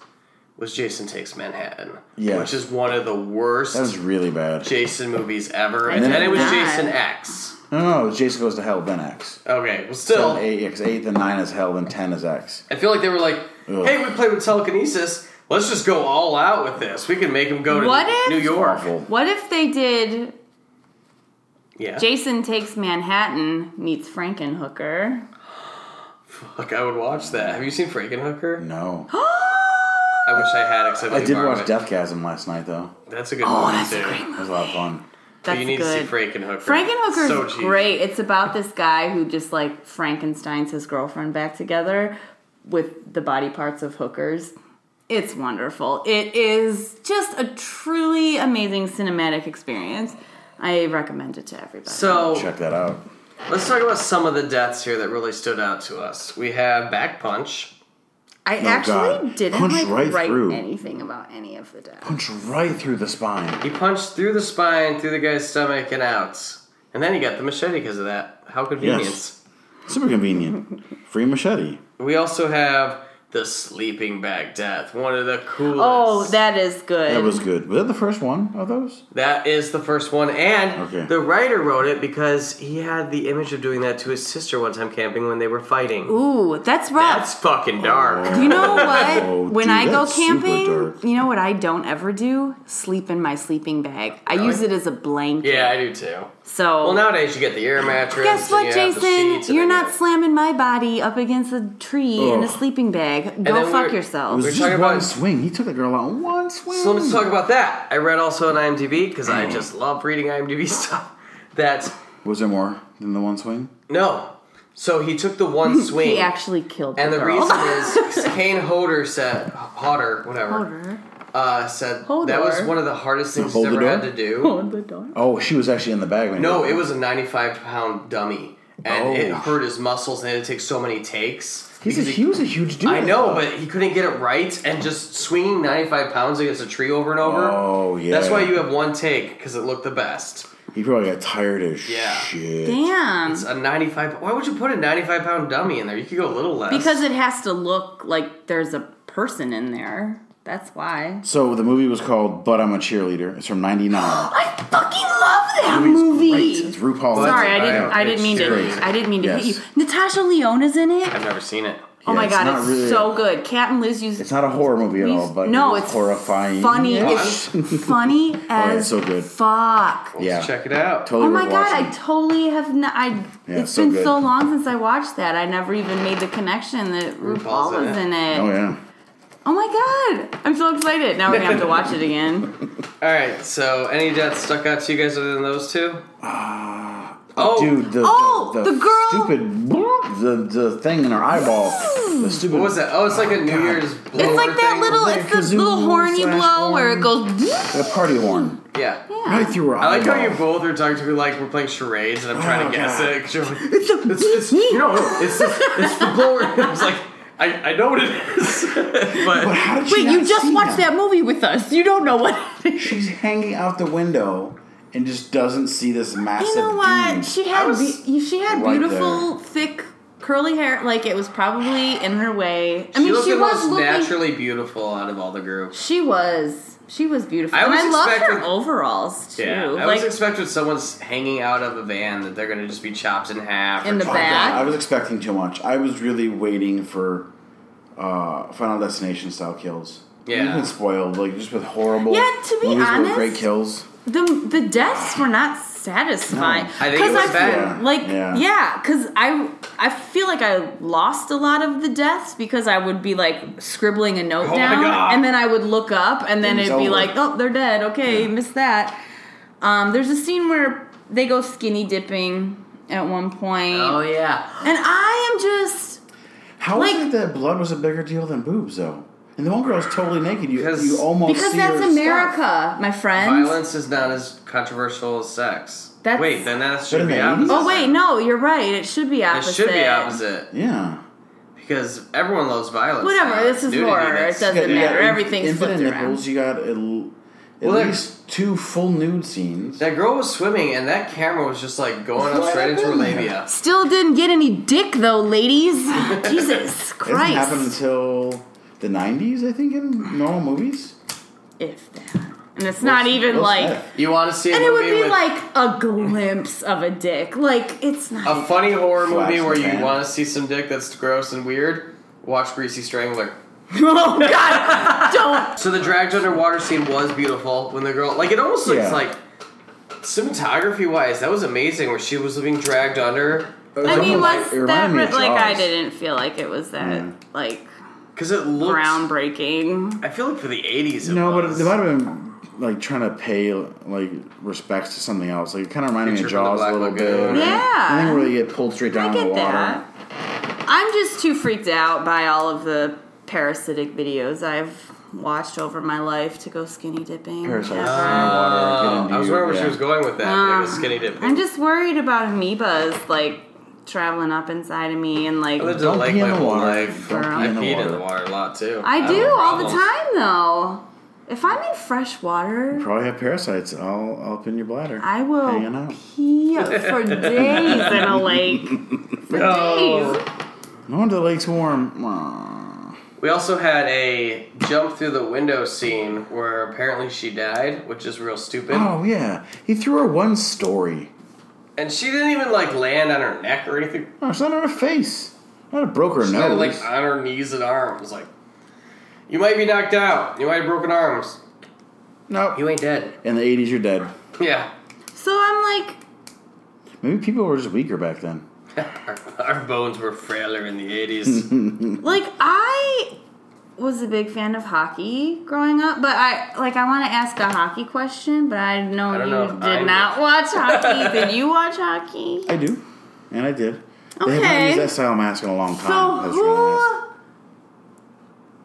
A: was Jason Takes Manhattan.
D: Yes.
A: Which is one of the worst
D: That was really bad.
A: Jason movies ever.
B: I
A: And
D: did
A: then it was
B: not.
A: Jason X.
D: no, no, no, Jason goes to hell, then X.
A: Okay, well,
D: Then
A: still,
D: eight, X eight, then nine is hell, then ten is X.
A: I feel like they were like,
D: Ugh.
A: hey, we played with telekinesis. Let's just go all out with this. We can make him go to
B: What if-
A: New York.
D: Awful.
B: What if they did
A: Yeah.
B: Jason Takes Manhattan meets Frankenhooker?
A: Fuck, I would watch that. Have you seen Frankenhooker? I
D: No,
A: wish I had, except
D: I did
A: borrow
D: watch
A: it.
D: Death Chasm last night though.
A: That's a good
B: Oh,
A: movie,
B: that's a
A: too.
B: great movie.
D: It was a lot of fun.
A: But
B: That's
A: you need to
B: good.
A: see Frankenhooker.
B: Frankenhooker
A: So
B: is
A: cheesy.
B: great. It's about this guy who just like Frankenstein's his girlfriend back together with the body parts of hookers. It's wonderful. It is just a truly amazing cinematic experience. I recommend it to everybody.
A: So
D: Check that out.
A: let's talk about some of the deaths here that really stood out to us. We have Back Punch.
B: I actually
D: Oh, God.
B: didn't
D: Punch
B: like
D: right
B: write
D: through.
B: anything about any of the death.
D: Punch right through the spine.
A: He punched through the spine, through the guy's stomach, and out. And then he got the machete because of that. How convenient.
D: Yes. Super convenient. Free machete.
A: We also have the sleeping bag death, one of the coolest.
B: Oh, that is good.
D: That was good. Was that the first one of those?
A: That is the first one, and
D: Okay.
A: the writer wrote it because he had the image of doing that to his sister one time camping when they were fighting.
B: Ooh, that's rough.
A: That's fucking dark.
B: You know what?
D: Oh,
B: when
D: dude,
B: I go
D: that's super
B: camping,
D: dark.
B: you know what I don't ever do? Sleep in my sleeping bag. I use it as a blanket.
A: Yeah, I do too.
B: So
A: Well, nowadays you get the air mattress. and
B: guess what,
D: uh,
A: you have the sheets
B: Jason?
A: and
B: You're
A: then
B: not
A: you-
B: slamming my body up against a tree in a
D: Ugh.
B: sleeping bag.
A: then
B: Go
A: we
B: fuck
A: were-
D: It
B: yourself.
D: was
A: We're
D: just
A: talking
D: one
A: about-
D: swing. He took the girl out in one swing.
A: So let's talk about that. I read also on IMDb because I just
B: Mm.
A: love reading IMDb stuff. That
D: Was there more than the one swing?
A: no, so he took the one swing.
B: He actually killed the
A: and the
B: girl.
A: reason is Kane Hodder said Hodder whatever
B: Powder.
A: Uh, said
B: Hodder.
A: that was one of the hardest things he's
D: Hold the
A: ever had
D: door?
A: to do.
B: Hold the door.
D: Oh, she was actually in the bag when
A: No,
D: he
A: it was a 95 pound dummy, and
D: Oh.
A: it hurt his muscles, and he had to take so many takes.
D: He's a,
A: because
D: he was a huge dude.
A: I know,
D: thought.
A: but he couldn't get it right, and just swinging 95 pounds against a tree over and over.
D: Oh, yeah.
A: That's why you have one take because it looked the best.
D: he probably got tired as
A: Yeah.
D: shit.
B: Damn.
A: It's a 95. Why would you put a 95 pound dummy in there? You could go a little less.
B: Because it has to look like there's a person in there. That's why.
D: So the movie was called "But I'm a Cheerleader." It's from '99.
B: I fucking love that
D: It's
B: movie.
D: great. It's RuPaul.
B: Sorry, I
A: I
B: didn't.
A: know.
B: I, didn't mean
D: It's
B: to. I didn't mean to
D: Yes.
B: hit you. Natasha Leona's in it.
A: I've never seen it.
B: oh my
D: it's
B: god,
D: not
B: it's
D: really-
B: so good. Cat and Liz used.
D: It's not a horror movie at all, but
B: no,
D: it's
B: it's
D: horrifying.
B: Funny.
D: Yeah.
B: It's funny as
D: Oh, it's so good.
B: fuck.
A: Let's
D: Yeah.
A: Check it out.
D: Totally
B: Oh my
D: worth
B: god,
D: watching.
B: I totally have not. I.
D: Yeah,
B: it's
D: it's so
B: been
D: good.
B: so long since I watched that. I never even made the connection that RuPaul
A: RuPaul's in
B: was
A: it.
B: in it.
D: Oh yeah.
B: Oh my god, I'm so excited. Now we're gonna have to watch it again.
A: All right. So, any deaths stuck out to you guys other than those two? oh,
D: Dude, the,
B: Oh,
D: the,
B: the girl-
D: stupid the the thing in her eyeball. The stupid
A: What was that? Oh, it's like a New
D: God.
A: Year's.
B: It's like that little.
D: Is
B: It's
D: that
B: this little
D: kazoo
B: horn you
D: slash
B: blow where it
D: horn?
B: goes.
D: The party horn.
A: Yeah.
D: Right through her
A: I like how
D: eyeball.
A: you both are talking to me like we're playing charades, and I'm trying
D: Oh,
A: to guess
D: God.
A: it. 'cause You're like, it's, it's, you know, it's this, it's the blower. I was like, I, I know what it is,
D: But
A: but
D: how did she
B: Wait,
D: not
B: you just
D: see
B: watched that movie with us. You don't know what. it is.
D: She's hanging out the window and just doesn't see this
B: You
D: massive.
B: know what?
D: dude.
B: She had
A: I was
B: be- she had
D: right
B: beautiful, thick, curly hair. Like it was probably in her way. I
A: she
B: mean,
A: looked
B: she
A: the
B: was
A: most
B: looking.
A: naturally beautiful out of all the group.
B: She was. She was beautiful.
A: I
B: and
A: was
B: I love her
A: expecting-
B: overalls too.
A: Yeah, I
B: like
A: was expecting someone's hanging out of a van that they're gonna just be chopped in half.
B: in the
D: Oh, God, I
B: back.
D: was expecting too much. I was really waiting for uh, Final Destination style kills.
A: Yeah.
D: You've been spoiled, like just with horrible.
B: Yeah, to be
D: movies with
B: honest-
D: great kills.
B: The the deaths were not satisfying.
D: No.
A: I think it
B: 'Cause
A: was
B: I
A: bad.
B: feel- Like
D: Yeah.
B: yeah, because I I feel like I lost a lot of the deaths because I would be like scribbling a note
A: Oh my
B: down,
A: God.
B: and then I would look up, and then
D: It was
B: it'd be
D: over.
B: like, oh, they're dead. Okay, missed that. Um, there's a scene where they go skinny dipping at one point,
A: oh yeah,
B: and I am just
D: How
B: Like-
D: is it that blood was a bigger deal than boobs, though? And the one girl's totally naked. You,
A: Because-
D: you almost
B: because
D: see
B: that's
D: her
B: America,
D: stuff.
B: my friend.
A: violence is not as controversial as sex.
B: That's-
A: Wait, then that
D: But
A: should
D: in
A: be
D: the
A: opposite.
D: 80s?
B: Oh wait, no, you're right. It should be
A: it
B: opposite.
A: should be opposite.
D: Yeah.
A: Because everyone loves violence.
B: Whatever, this is
A: Nudity,
B: horror.
A: that's-
B: It doesn't
D: You got
B: matter.
D: in-
B: Everything's
D: infinite
B: flipped around.
D: nipples. You got at, l- at
A: Well, there-
D: least two full nude scenes.
A: That girl was swimming, and that camera was just like going up
D: Why
A: straight into her
D: didn't they?
A: labia.
B: Still didn't get any dick though, ladies. Jesus
D: It didn't
B: Christ.
D: happen until the '90s, I think, in normal movies.
B: if that. And it's not even
D: What's
B: like.
D: that?
A: You want to see a
B: And it
A: movie
B: would be
A: with
B: like a glimpse of a dick. Like it's not.
A: a funny horror
D: Flash
A: movie
D: in
A: where
D: the
A: you
D: pan.
A: want to see some dick that's gross and weird? Watch Greasy Strangler.
B: oh God! Don't.
A: So the dragged underwater scene was beautiful when the girl, like, it almost looks
D: Yeah.
A: like cinematography wise, that was amazing where she was being dragged under
D: It
B: I mean,
D: almost
B: was
D: it reminded
B: that
D: me of
B: re- like I
D: Jaws. Hmm.
B: didn't feel like it was that like
A: because it looks.
B: groundbreaking.
A: I feel like for the '80s, it
D: No, but
A: was.
D: they might have been like trying to pay like respects to something else. Like it kind of reminded me of
A: Creature from the
D: Jaws a
A: Black
D: little
A: Lagoon.
D: bit.
B: Yeah.
D: I think where they get pulled straight down
B: I
D: in the
B: get
D: water.
B: that. I'm just too freaked out by all of the parasitic videos I've watched over my life to go skinny dipping.
D: Parasites
B: ever.
D: in the water. get
A: Uh,
D: into
A: Oh, I was wondering
D: you,
A: where
D: yeah.
A: she was going with that. like
B: Um,
A: a skinny dip.
B: I'm just worried about amoebas like traveling up inside of me and like
A: I lived in a
D: Don't
A: lake
D: pee in
A: my
D: the
A: whole
D: water.
A: life.
D: Don't
A: I
D: pee in the
A: peed in
D: water.
A: the water a lot too.
B: I
A: have
B: do
A: no
B: all the
A: problems.
B: time though. If I'm in fresh water,
D: Probably have parasites all up in your bladder.
B: I will
D: Hanging out.
B: pee for days in a lake. For
A: No.
B: days.
D: No wonder Oh, the lake's warm. Aw.
A: We also had a jump through the window scene where apparently she died, which is real stupid.
D: Oh yeah, he threw her one story.
A: And she didn't even like land on her neck or anything.
D: Oh, it's not on her face. Not a broke her
A: She landed
D: nose.
A: like uh, on her knees and arms. Like, you might be knocked out. You might have broken arms.
D: nope.
A: You ain't dead.
D: In the '80s, you're dead.
A: Yeah.
B: So I'm like,
D: Maybe people were just weaker back then.
A: Our, our bones were frailer in the 80s.
B: like I was a big fan of hockey growing up, but I like I want to ask a hockey question, but I know
A: I don't
B: you
A: know if
B: did
A: I
B: not watch hockey. did you watch hockey?
D: I do, and I did. They
B: Okay.
D: haven't used that style mask in a long
B: So
D: time. That's really nice.
B: who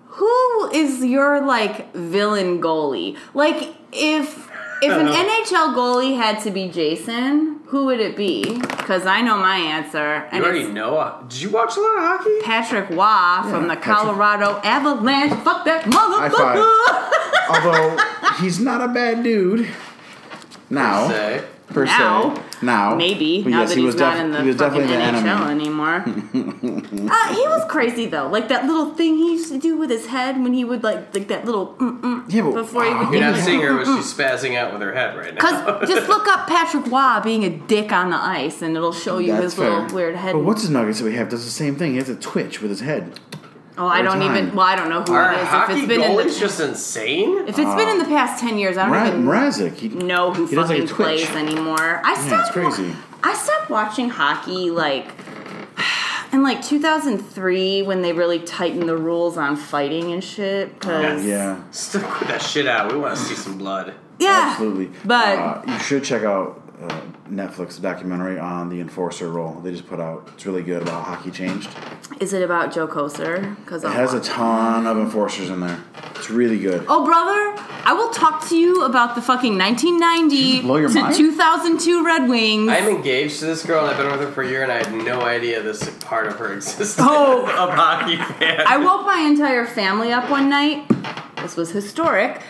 B: who is your like villain goalie? Like if if an NHL goalie had to be Jason, who would it be? Because I know my answer,
A: You
B: and
A: already
B: it's
A: know. Did you watch a lot of hockey?
B: Patrick Waugh from
D: Yeah,
B: the
D: Patrick.
B: Colorado Avalanche. Fuck that
D: five.
B: motherfucker!
D: Although he's not a bad dude. Now,
A: Say.
D: per
B: Now.
D: se, now
B: Maybe
D: But
B: now
D: yes,
B: that
D: he
B: he's
D: was
B: not
D: def-
B: in the
D: he was
B: fucking
D: definitely
B: NHL
D: the enemy.
B: anymore. uh, he was crazy though, like that little thing he used to do with his head when he would like like that little mm, mm-mm
D: Yeah, but-
B: before he would
D: You're
B: get
A: You're not
B: the-
A: seeing her, but she's spazzing out with her head right now.
B: Cause just look up Patrick Waugh being a dick on the ice, and it'll show you
D: That's
B: his
D: fair.
B: little weird head.
D: But what's his nuggets that we have does the same thing. He has a twitch with his head.
B: oh, I
D: every
B: don't
D: time?
B: even. Well, I don't know who
A: Our
B: it is.
A: hockey
B: If it's been in the
A: goalie's just insane.
B: if it's been in the past ten years, I don't
D: Mra-
B: even
D: Mrazek, he,
B: know who
D: He does, like,
B: fucking
D: a twitch.
B: plays anymore. I stopped.
D: it's crazy.
B: wa- I stopped watching hockey like in like 2003 when they really tightened the rules on fighting and shit. Because
D: Oh, yeah,
A: Still put that shit out. We want to see some blood.
B: yeah,
D: absolutely.
B: But
D: uh, you should check out uh, Netflix documentary on the enforcer role they just put out. It's really good about hockey changed.
B: is it about Joe Koser? Because
D: It has a ton of enforcers in there. It's really good.
B: Oh, brother, I will talk to you about the fucking
D: you blow
B: 1990
D: your
B: to
D: mind?
B: 2002 Red Wings.
A: I'm engaged to this girl, and I've been with her for a year, and I had no idea this part of her existence.
B: Oh.
A: a hockey fan.
B: I woke my entire family up one night. This was historic.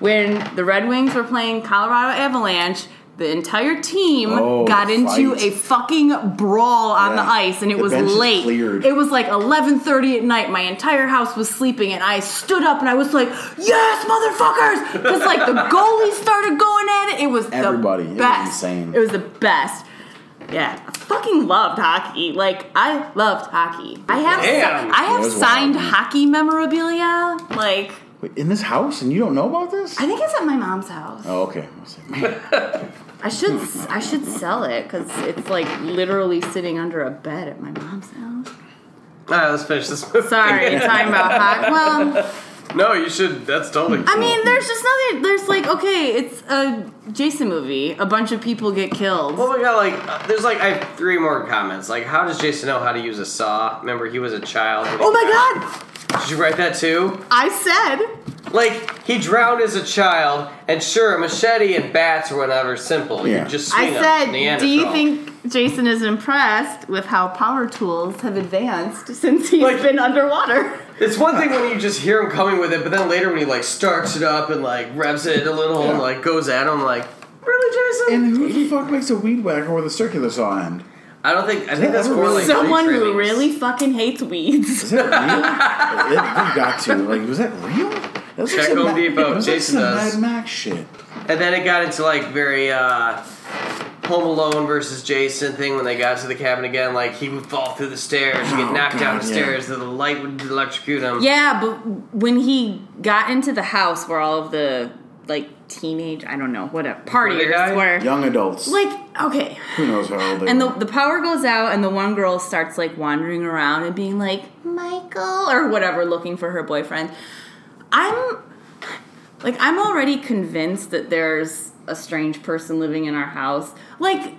B: When the Red Wings were playing Colorado Avalanche, the entire team
D: Oh,
B: got into
D: fight.
B: a fucking brawl on
D: Yeah.
B: the ice, and it
D: The
B: was
D: bench is
B: late.
D: cleared.
B: It was like 11:30 at night. My entire house was sleeping, and I stood up and I was like, "Yes, motherfuckers!" Because like the goalie started going at it. It was
D: Everybody. It
B: the
D: was
B: best.
D: insane.
B: It was the best. Yeah, I fucking loved hockey. Like I loved hockey. I have
A: Damn.
B: I have
D: There's
B: signed
D: one.
B: hockey memorabilia. Like
D: Wait, in this house, and you don't know about this?
B: I think it's at my mom's house.
D: Oh, okay. I was like, man,
B: I should I should sell it because it's like literally sitting under a bed at my mom's house.
A: All right, let's finish this movie.
B: Sorry, talking about hockey. Well,
A: No, you should. That's totally.
B: I mean, there's just nothing. There's like okay, it's a Jason movie. A bunch of people get killed.
A: Well, we got like. uh, There's like. I have three more comments. Like, how does Jason know how to use a saw? Remember, he was a child.
B: Oh my god!
A: Did you write that too?
B: I said
A: Like, he drowned as a child, and sure, a machete and bats or whatever, simple.
D: Yeah.
A: You just
B: I
A: swing 'em,
B: said. Do you
A: Neanderthal."
B: think Jason is impressed with how power tools have advanced since he's
A: Like-
B: been underwater?
A: It's one thing when you just hear him coming with it, but then later when he like starts it up and like revs it a little and
D: Yeah.
A: like goes at him like, really, Jason?
D: and who the fuck makes a weed whacker with a circular saw end?
A: I don't think I think that's
D: ever
A: more like
D: really-
B: Someone
A: tree
B: who
A: trimmings.
B: really fucking hates weeds.
D: Is that real? it, it got to. Like, was that real? That was
A: Check
D: some
A: Home
D: Mad-
A: Depot,
D: that was like
A: Jason
D: some
A: does.
D: Mad Max shit.
A: And then it got into like very uh Home Alone versus Jason thing when they got to the cabin again. Like he would fall through the stairs, and get
D: Oh,
A: knocked down
D: God,
A: the
D: yeah.
A: stairs, that the light would electrocute him.
B: Yeah, but when he got into the house where all of the like teenage, I don't know, what a
A: they
B: partiers
A: died?
B: were.
D: Young adults.
B: Like, okay.
D: who knows how old they
B: And the,
D: were.
B: the power goes out, and the one girl starts like wandering around and being like, Michael, or whatever, looking for her boyfriend. I'm like, I'm already convinced that there's a strange person living in our house. Like,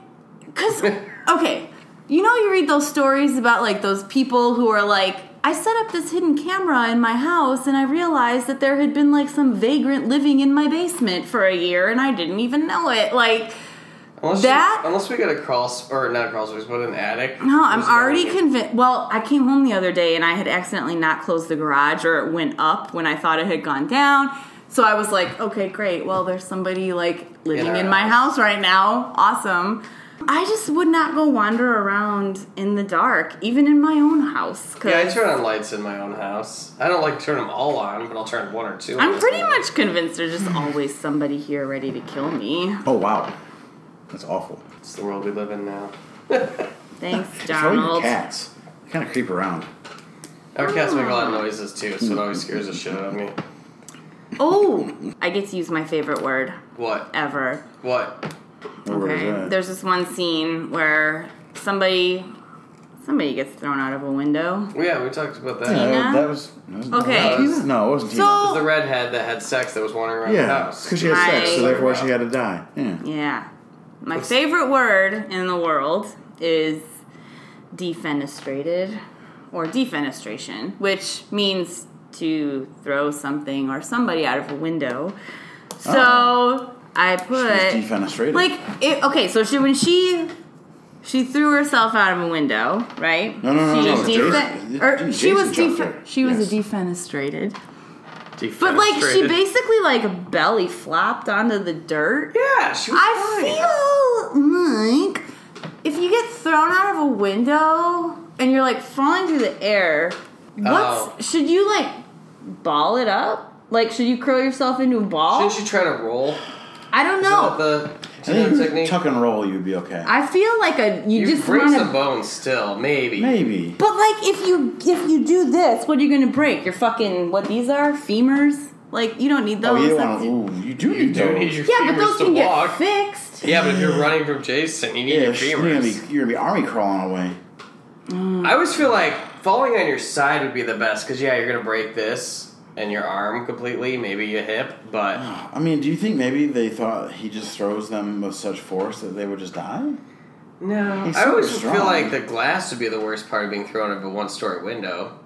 B: because, okay, you know, you read those stories about like those people who are like, I set up this hidden camera in my house and I realized that there had been like some vagrant living in my basement for a year and I didn't even know it. Like,
A: Unless
B: That-
A: you, unless we got a crawl sp- or not a crawl space, but an attic.
B: No, I'm
A: There's no
B: already
A: attic.
B: convinced. Well, I came home the other day and I had accidentally not closed the garage or it went up when I thought it had gone down. So I was like, okay, great. Well, there's somebody like living
A: our
B: in, my
A: house.
B: house right now. Awesome. I just would not go wander around in the dark, even in my own house. 'cause
A: Yeah, I turn on lights in my own house. I don't like turn them all on, but I'll turn one or two.
B: I'm
A: on.
B: pretty much convinced there's just always somebody here ready to kill me.
D: oh, wow. That's awful.
A: It's the world we live in now.
B: Thanks,
D: Probably the
B: Donald.
D: cats. They kind of creep around.
A: Our cats make a lot of noises too, so it always scares the shit out of me.
B: Oh, I get to use my favorite word
A: What?
B: ever.
A: What?
D: Where was
B: Okay.
D: that?
B: There's this one scene where somebody somebody gets thrown out of a window.
A: Well, yeah, we talked about that.
D: Yeah,
B: Tina?
D: that was. That was
B: Okay.
D: Jesus, no, it wasn't Tina.
B: So-
A: It was the redhead that had sex that was wandering around the
D: yeah,
A: house.
D: because she had sex, so
B: My-
D: therefore she had to die. Yeah.
B: Yeah. My favorite word in the world is defenestrated or defenestration, which means to throw something or somebody out of a window. So
D: Oh.
B: I
D: She
B: put
D: was defenestrated.
B: like it, okay, so she when she she threw herself out of a window, right?
D: No, no, no,
B: she
D: no, Jason-
B: or
D: Jason
B: she was
D: jumped
B: defe-
D: her.
B: she was a
D: Yes.
B: defenestrated. But like she
A: Defenestrated.
B: basically like belly flopped onto the dirt.
A: Yeah, she was fine.
B: I feel like if you get thrown out of a window and you're like falling through the air, what's
A: Oh.
B: should you like ball it up? Like should you curl yourself into a ball?
A: Shouldn't she try to roll?
B: I don't
A: Oh.
B: know.
A: The,
D: I
A: you know the
D: think
A: technique?
D: tuck and roll, you'd be okay.
B: I feel like a you,
A: you
B: just
A: break
B: want
A: some
B: to.
A: bones still, maybe.
D: Maybe.
B: But like if you if you do this, what are you gonna break? Your fucking what these are femurs? Like you don't need
D: Oh,
B: those.
D: you,
B: That's-
D: wanna, ooh, you do
A: You
D: need
A: do
D: those.
A: need your
B: yeah, but
A: femurs
B: those
A: to
B: can
A: walk.
B: get fixed.
A: Yeah, but if you're running from Jason, you need
D: yeah,
A: your
D: you're gonna, be,
A: femurs.
D: you're gonna be army crawling away.
A: I always feel like falling on your side would be the best because yeah, you're gonna break this and your arm completely, maybe your hip, but
D: I mean, do you think maybe they thought he just throws them with such force that they would just die?
A: no.
D: He's
A: I always
D: super
A: feel
D: strong.
A: like the glass would be the worst part of being thrown out of a one-story window.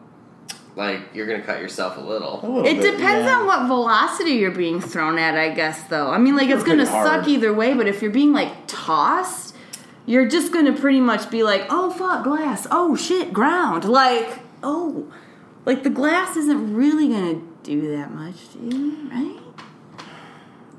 A: Like you're gonna cut yourself a
D: A
A: little.
D: little
B: It
D: bit,
B: depends
D: yeah.
B: on what velocity you're being thrown at, I guess, though. I mean, like, it's going to
D: pretty hard.
B: suck either way, but if you're being, like, tossed, you're just going to pretty much be like, oh, fuck, glass. Oh, shit, ground. Like, oh. Like, the glass isn't really going to do that much to you, right?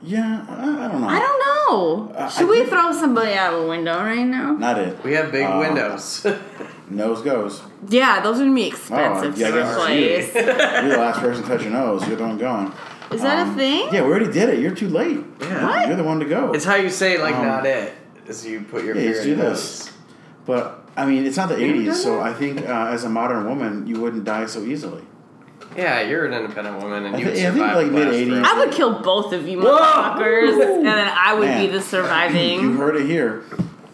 D: Yeah, I, I don't know.
B: I don't know.
D: Uh,
B: Should
D: I
B: we
D: think-
B: throw somebody out of a window right now?
D: Not it.
A: We have big
D: Uh,
A: windows.
D: Nose goes.
B: Yeah, those are going to be expensive
D: Oh, yeah, I
B: to
D: guess it's
B: replace. Is
D: You're the last person to touch your nose. You're the one going.
B: that a
D: Um,
B: thing?
D: Yeah, we already did it. You're too late.
A: Yeah.
B: What?
D: You're the one to go.
A: it's how you say like
D: Um,
A: not it. Is you put your
D: yeah, you
A: finger
D: do
A: in your
D: this.
A: nose.
D: But I mean, it's not the
A: ever
D: '80s,
A: done
D: so
A: that?
D: I think uh, as a modern woman, you wouldn't die so easily.
A: Yeah, you're an independent woman and
D: I
A: you
D: thi-
A: would
D: I think,
A: survive
D: like,
A: the blast
D: mid-eighties.
A: round.
B: I would kill both of you
A: Whoa!
B: motherfuckers, and then I would be
D: Man.
B: the
D: You
B: surviving.
D: heard it here.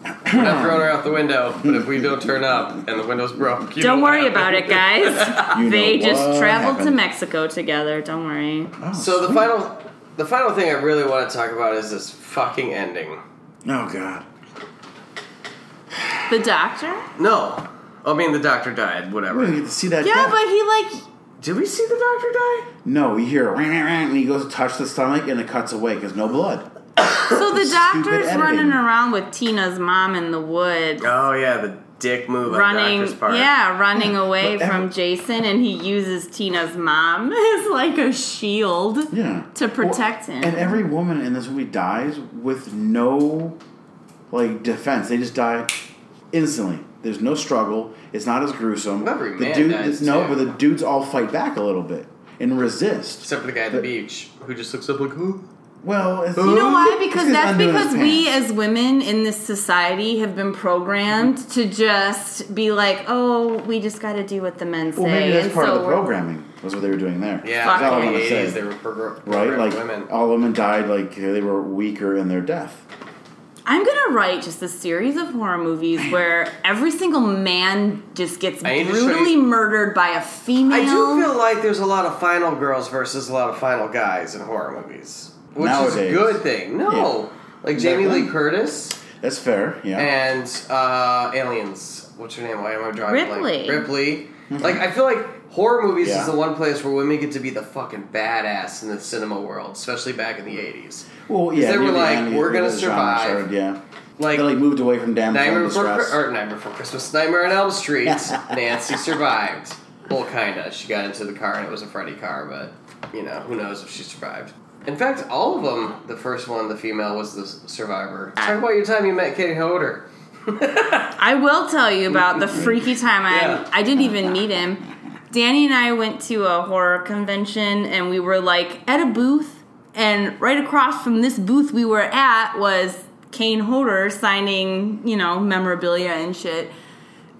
A: We're not throwing her out the window, but if we don't turn up and the window's broke, you
B: Don't
A: know
B: worry
A: what
B: about it, guys.
D: You
B: they
D: know
B: just
D: what
B: traveled to
D: happened.
B: Mexico together. Don't worry.
D: Oh,
A: So the
D: sweet.
A: final, the final thing I really want to talk about is this fucking ending.
D: Oh God.
B: The doctor?
A: No, I mean the doctor died.
D: We didn't
A: Whatever.
D: get to see that.
B: Yeah,
D: death.
B: but he like
A: Did we see the doctor die?
D: no, we hear "Wah, wah, wah," and he goes to touch the stomach, and it cuts away because no blood.
B: so the doctor's
D: editing.
B: running around with Tina's mom in the woods.
A: Oh yeah, the dick move on
B: Running,
A: doctor's part.
B: yeah, running away
D: but
B: from
D: every-
B: Jason, and he uses Tina's mom as like a shield
D: Yeah.
B: to protect
D: Well,
B: him.
D: And every woman in this movie dies with no like defense. They just die instantly. There's no struggle. It's not as gruesome.
A: Every
D: the
A: man
D: dude,
A: dies,
D: no,
A: too.
D: but the dudes all fight back a little bit and resist.
A: Except for the guy at the beach who just looks up like, who?
D: Well, it's,
B: You know why?
D: it's
B: Because
D: his
B: that's
D: undoing his
B: because we
D: pants.
B: as women in this society have been programmed to just be like, oh, we just got to do what the men say.
D: well, maybe that's
B: and
D: part
B: so
D: of the
B: we're-
D: programming. Was what they were doing there.
A: Yeah,
B: Fuck
A: back
D: That's all
A: in
D: I'm
A: the
D: gonna say.
A: 80s, they were pro-
D: right? Like
A: women.
D: all women died. Like they were weaker in their death.
B: I'm going to write just a series of horror movies where every single man just gets
A: I need to show
B: brutally
A: you-
B: murdered by a female.
A: I do feel like there's a lot of final girls versus a lot of final guys in horror movies, which is a
D: Nowadays.
A: good thing. No, like Jamie
D: Back
A: Lee
D: then.
A: Curtis
D: That's fair. Yeah.
A: and uh, Aliens. What's her name? Why am I drawing a blank?
B: Ripley.
A: Ripley. Like I feel like horror movies
D: Mm-hmm. Yeah.
A: is the one place where women get to be the fucking badass in the cinema world, especially back in the '80s.
D: well, yeah.
A: they were
D: near the
A: like,
D: end,
A: "We're
D: the
A: gonna
D: genre
A: survive."
D: started, yeah.
A: Like,
D: they like moved away from damn
A: Nightmare
D: film
A: Before
D: distress.
A: Chri- or Nightmare Before Christmas, Nightmare on Elm Street. Nancy survived. Well, kinda. She got into the car and it was a Freddy car, but you know who knows if she survived. In fact, all of them. The first one, the female, was the s- survivor. Talk about your time you met Katie Holder.
B: I will tell you about the freaky time I
A: Yeah.
B: I didn't even meet him. Danny and I went to a horror convention and we were like at a booth and right across from this booth we were at was Kane Holder signing, you know, memorabilia and shit.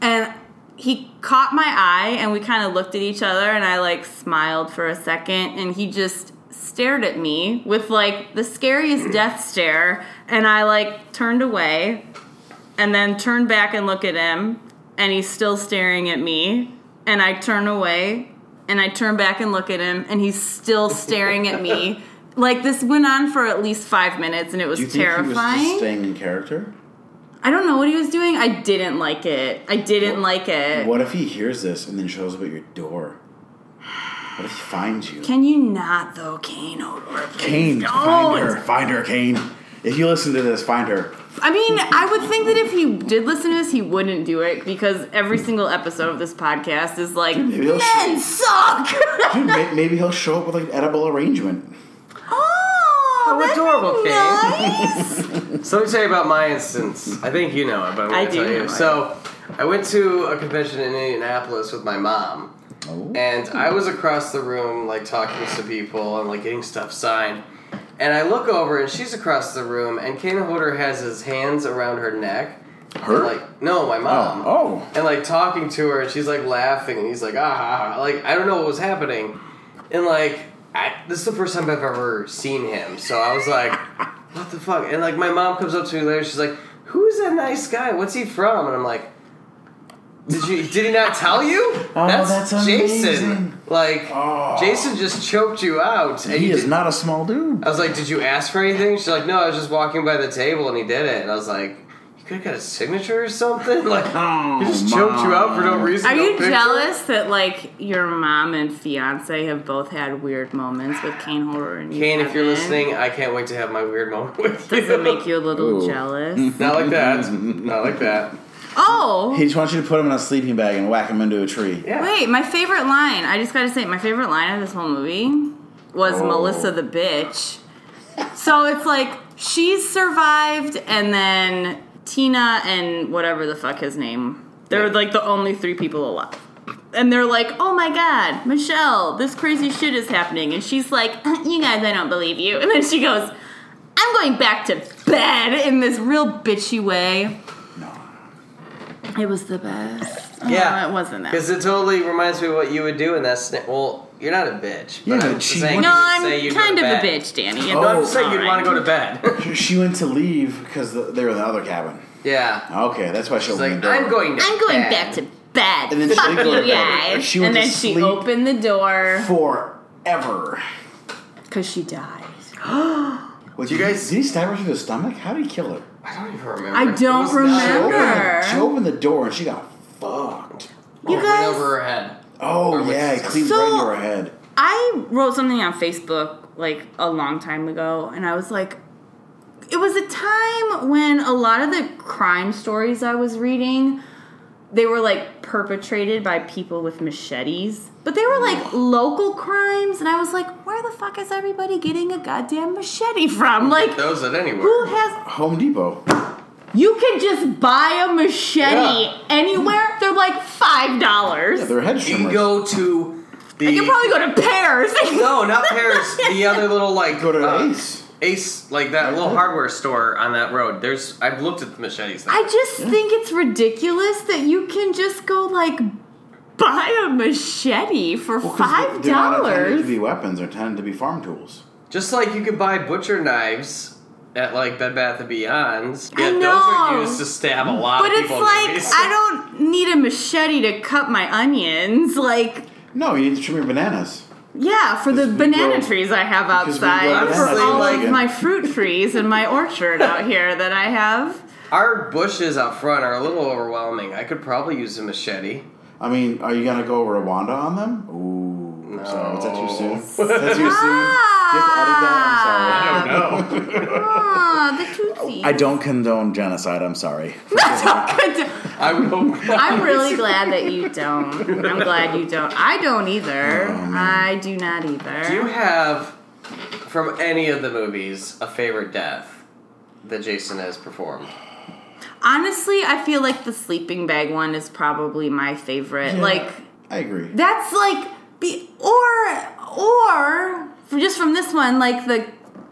B: And he caught my eye and we kind of looked at each other and I like smiled for a second and he just stared at me with like the scariest death stare and I like turned away and then turn back and look at him and he's still staring at me and i turn away and i turn back and look at him and he's still staring at me like this went on for at least five minutes and it was
D: Do you think
B: terrifying
D: he was just staying in character?
B: i don't know what he was doing i didn't like it i didn't like it
D: What if he hears this and then shows up at your door? What if he finds you?
B: can you not though kane Hodor, please
D: Kane,
B: don't.
D: find her, find her, Kane. If you listen to this, find her.
B: I mean, I would think that if he did listen to this, he wouldn't do it because every single episode of this podcast is like,
D: maybe he'll
B: men suck!
D: Dude, may- maybe he'll show up with like an edible arrangement.
B: Oh,
A: How
B: that'd be
A: adorable, Kate.
B: nice.
A: So let me tell you about my instance. I think you know it, but I'm going
B: I
A: to
B: do
A: tell
B: know
A: you.
B: it.
A: So I went to a convention in Indianapolis with my mom,
D: Oh.
A: and I was across the room, like talking to people and like getting stuff signed. And I look over, and she's across the room, and Kane Hodder has his hands around her neck.
D: Her?
A: And, like, no, my mom.
D: Oh.
A: And like talking to her, and she's like laughing, and he's like, ah, ah, ah." like I don't know what was happening, and like I, this is the first time I've ever seen him, so I was like, what the fuck? And like my mom comes up to me later, she's like, who's that nice guy? What's he from? And I'm like, did you? Did he not tell you?
D: Oh, that's amazing.
A: Jason. Like
D: Oh.
A: Jason just choked you out, and
D: He
A: you
D: is
A: did-
D: not a small dude.
A: I was like, "Did you ask for anything?" She's like, "No, I was just walking by the table and he did it." And I was like, "You could have got a signature or something." Like,
D: Oh,
A: he just choked you out for no
D: Mom.
A: reason.
B: Are
A: no
B: you
A: picture.
B: jealous that like your mom and fiance have both had weird moments with Kane Holder and you?
A: Kane, if you're
B: haven't?
A: listening, I can't wait to have my weird moment with
B: does
A: you.
B: it make you a little
D: Ooh.
B: jealous?
A: Not like that. Not like that.
B: Oh.
D: He just wants you to put him in a sleeping bag and whack him into a tree.
A: Yeah.
B: Wait, my favorite line. I just gotta say, my favorite line of this whole movie was
D: Oh.
B: Melissa the bitch. So it's like she's survived, and then Tina and whatever the fuck his name. They're like the only three people alive. And they're like, oh my god, Michelle, this crazy shit is happening. And she's like, "Uh, you guys, I don't believe you. And then she goes, I'm going back to bed in this real bitchy way.
D: No.
B: It was the best.
A: Yeah.
B: Oh, it wasn't that
A: Because it totally reminds me of what you would do in that. Sna- well, you're not a bitch.
D: Yeah,
A: but
D: but
A: I'm just
D: she
A: saying
D: would-
B: No,
A: you would
B: I'm
A: say you'd go
B: kind
A: to
B: of a
A: bed.
B: bitch, Oh, Danny.
D: Oh.
A: No, I'm just saying you'd want
B: Alright.
A: to go to bed.
D: She- She went to leave because the, they were in the other cabin.
A: yeah.
D: Okay, that's why she
A: It's
D: opened
A: like
D: the door.
A: I'm going. To
B: I'm going
A: bed.
B: back to bed.
D: And then she did
B: Fuck
D: go to
B: you
D: bed.
B: guys.
D: She went
B: and
D: to
B: then she
D: sleep.
B: opened the door
D: forever.
B: because she died.
D: Wait,
A: you
D: did he-
A: guys-
D: Did he stab her through the stomach? How did he kill her?
A: I don't even remember.
B: I
A: It
B: don't
A: was
D: She
A: not-
B: remember. Her.
D: opened, she opened the door and she got fucked.
B: You
A: Over
B: guys-
A: and over her head. Or
D: Oh
A: was-
D: yeah, it cleaved
B: So-
D: right into her head.
B: I wrote something on Facebook like a long time ago, and I was like, it was a time when a lot of the crime stories I was reading, they were like perpetrated by people with machetes, but they were like local crimes, and I was like, where the fuck is everybody getting a goddamn machete from? Like,
A: Those at anywhere.
B: who has
D: Home Depot.
B: You could just buy a machete
D: Yeah.
B: anywhere. They're like five dollars.
D: They're head
A: You can
D: trimmers.
A: go to the.
B: you could probably go to Pears.
A: no, not Paris. The other little like
D: Go to
A: uh,
D: Ace.
A: Ace, like that little
D: there.
A: hardware store on that road. There's I've looked at the machetes. Now.
B: I just think it's ridiculous that you can just go like buy a machete for
D: 'cause
B: five
D: they're not intended to
B: dollars.
D: be weapons. They're intended to be farm tools.
A: Just like you could buy butcher knives at like Bed Bath and Beyond's.
B: I
A: Yeah, those are
B: know.
A: used to stab a lot
B: But
A: of
B: it's
A: people.
B: like
A: in movies.
B: I don't need a machete to cut my onions. Like
D: No, you need to trim your bananas.
B: yeah, for the
D: Because we
B: banana
D: grow-
B: trees I have
D: because we grow
B: outside, for
A: bananas
B: all
D: again.
B: of my fruit trees in my orchard out here that I have.
A: Our bushes out front are a little overwhelming. I could probably use a machete.
D: I mean, are you gonna go Rwanda on them? Ooh, I'm sorry. Was that too soon? Was that too soon? You have to edit that. I'm sorry.
A: No.
B: Ah, the tootsie.
D: I don't condone genocide. I'm sorry.
A: I would hope not.
B: I'm really glad that you don't. I'm glad you don't. I don't
D: Oh,
B: either. I do not either.
A: Do you have from any of the movies a favorite death that Jason has performed?
B: Honestly, I feel like the sleeping bag one is probably my favorite. Like
D: I agree.
B: that's like be or or for just from this one, like the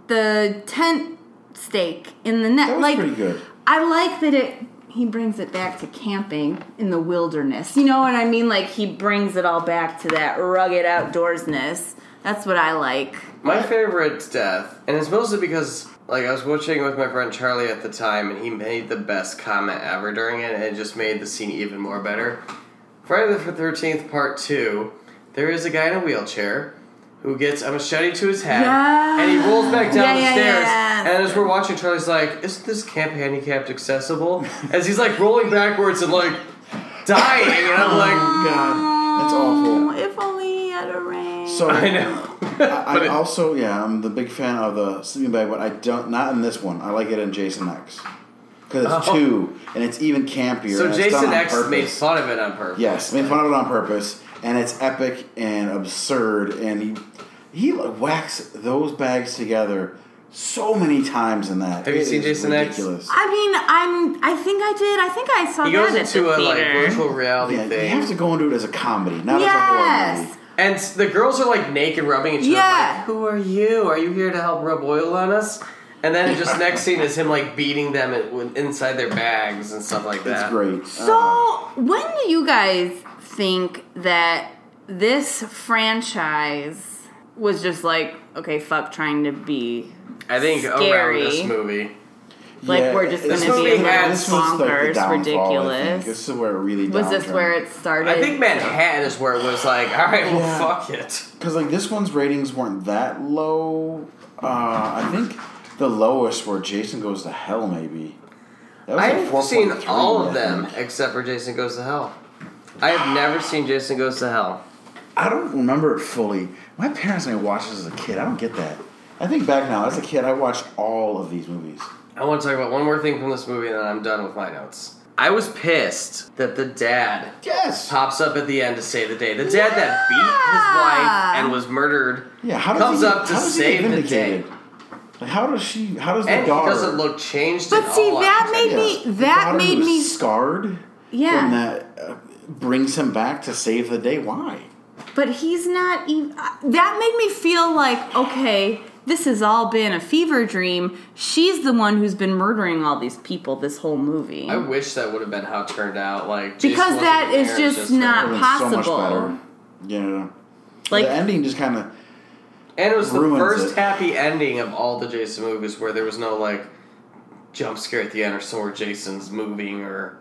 B: the tent stake in the net.
D: That was
B: like
D: pretty good.
B: I like that it he brings it back to camping in the wilderness. You know what I mean? Like he brings it all back to that rugged outdoorsness. That's what I like.
A: My favorite death, and it's mostly because like I was watching with my friend Charlie at the time, and he made the best comment ever during it, and it just made the scene even more better. Friday the Thirteenth Part Two, there is a guy in a wheelchair who gets a machete to his head,
B: Yeah.
A: and he rolls back down
B: Yeah,
A: the
B: yeah,
A: stairs.
B: yeah.
A: And as we're watching, Charlie's like, "Isn't this camp handicapped accessible?" as he's like rolling backwards and like dying, and I'm like,
D: God, that's
B: Oh,
D: awful.
B: if only he had a ring.
D: So
A: I know.
D: I, I also yeah, I'm the big fan of the sleeping bag, but I don't not in this one. I like it in Jason X because it's
A: Oh.
D: two and it's even campier.
A: So
D: and it's done
A: Jason
D: on
A: X made
D: purpose.
A: fun of it on purpose.
D: Yes, made fun of it on purpose, and it's epic and absurd, and he he like, whacks those bags together so many times in that.
A: Have you
D: It
A: seen
D: is
A: Jason X?
D: ridiculous.
B: I mean, I'm. I think I did. I think I saw
A: He
B: that
A: goes
B: at
A: into a
B: the
A: like
B: theater.
A: virtual reality
D: Yeah, you
A: thing.
D: have to go and do it as a comedy, not as a horror
B: yes.
D: movie.
A: And s- the girls are like naked rubbing each other.
B: Yeah.
A: Like, Who are you? Are you here to help rub oil on us? And then just next scene is him like beating them in- with- inside their bags and stuff like that.
D: It's great. Uh,
B: So when do you guys think that this franchise was just like, okay, fuck, trying to be
A: I think around
B: Scary.
A: this movie.
B: like
D: yeah,
B: we're just
D: this
B: gonna
D: was
A: be
D: like-
A: mad
D: this was like the
B: bonkers,
D: downfall, I think.
B: ridiculous.
D: This is where it really
B: was this
D: downtrend.
B: where it started?
A: I think Manhattan is where it was like, all right, well,
D: Yeah.
A: fuck it.
D: Because like this one's ratings weren't that low. Uh, I think the lowest where Jason goes to hell maybe. That was like
A: I've seen
D: 4.3,
A: all of
D: I
A: them
D: think.
A: except for Jason Goes to Hell. I have never seen Jason Goes to Hell.
D: I don't remember it fully. My parents made me watch this as a kid. I don't get that. I think back now, as a kid, I watched all of these movies.
A: I want to talk about one more thing from this movie, and then I'm done with my notes. I was pissed that the dad
D: Yes.
A: pops up at the end to save the day. The dad that beat his wife and was murdered
D: Yeah. How does
A: comes
D: he,
A: up to
D: how does he get
A: save the day.
D: vindicated? Like, how does she? How does the
A: And he
D: daughter?
A: doesn't look changed
B: But
A: at
B: see,
A: all.
B: that
A: after
B: made me-
D: the
B: that
D: daughter
B: made
D: who's
B: me-
D: scared.
B: Yeah.
D: From that uh, brings him back to save the day. Why?
B: But he's not even. That made me feel like, okay, this has all been a fever dream. She's the one who's been murdering all these people this whole movie.
A: I wish that would have been how it turned out. Like Jason
B: because
A: wasn't
B: that
A: there,
B: is
A: it's
B: just,
D: It
B: not
D: would've been
B: possible.
D: Yeah.
B: Like-
D: the ending just kind of
A: And it was the
D: ruins
A: first
D: it.
A: happy ending of all the Jason movies, where there was no like jump scare at the end or somewhere Jason's moving or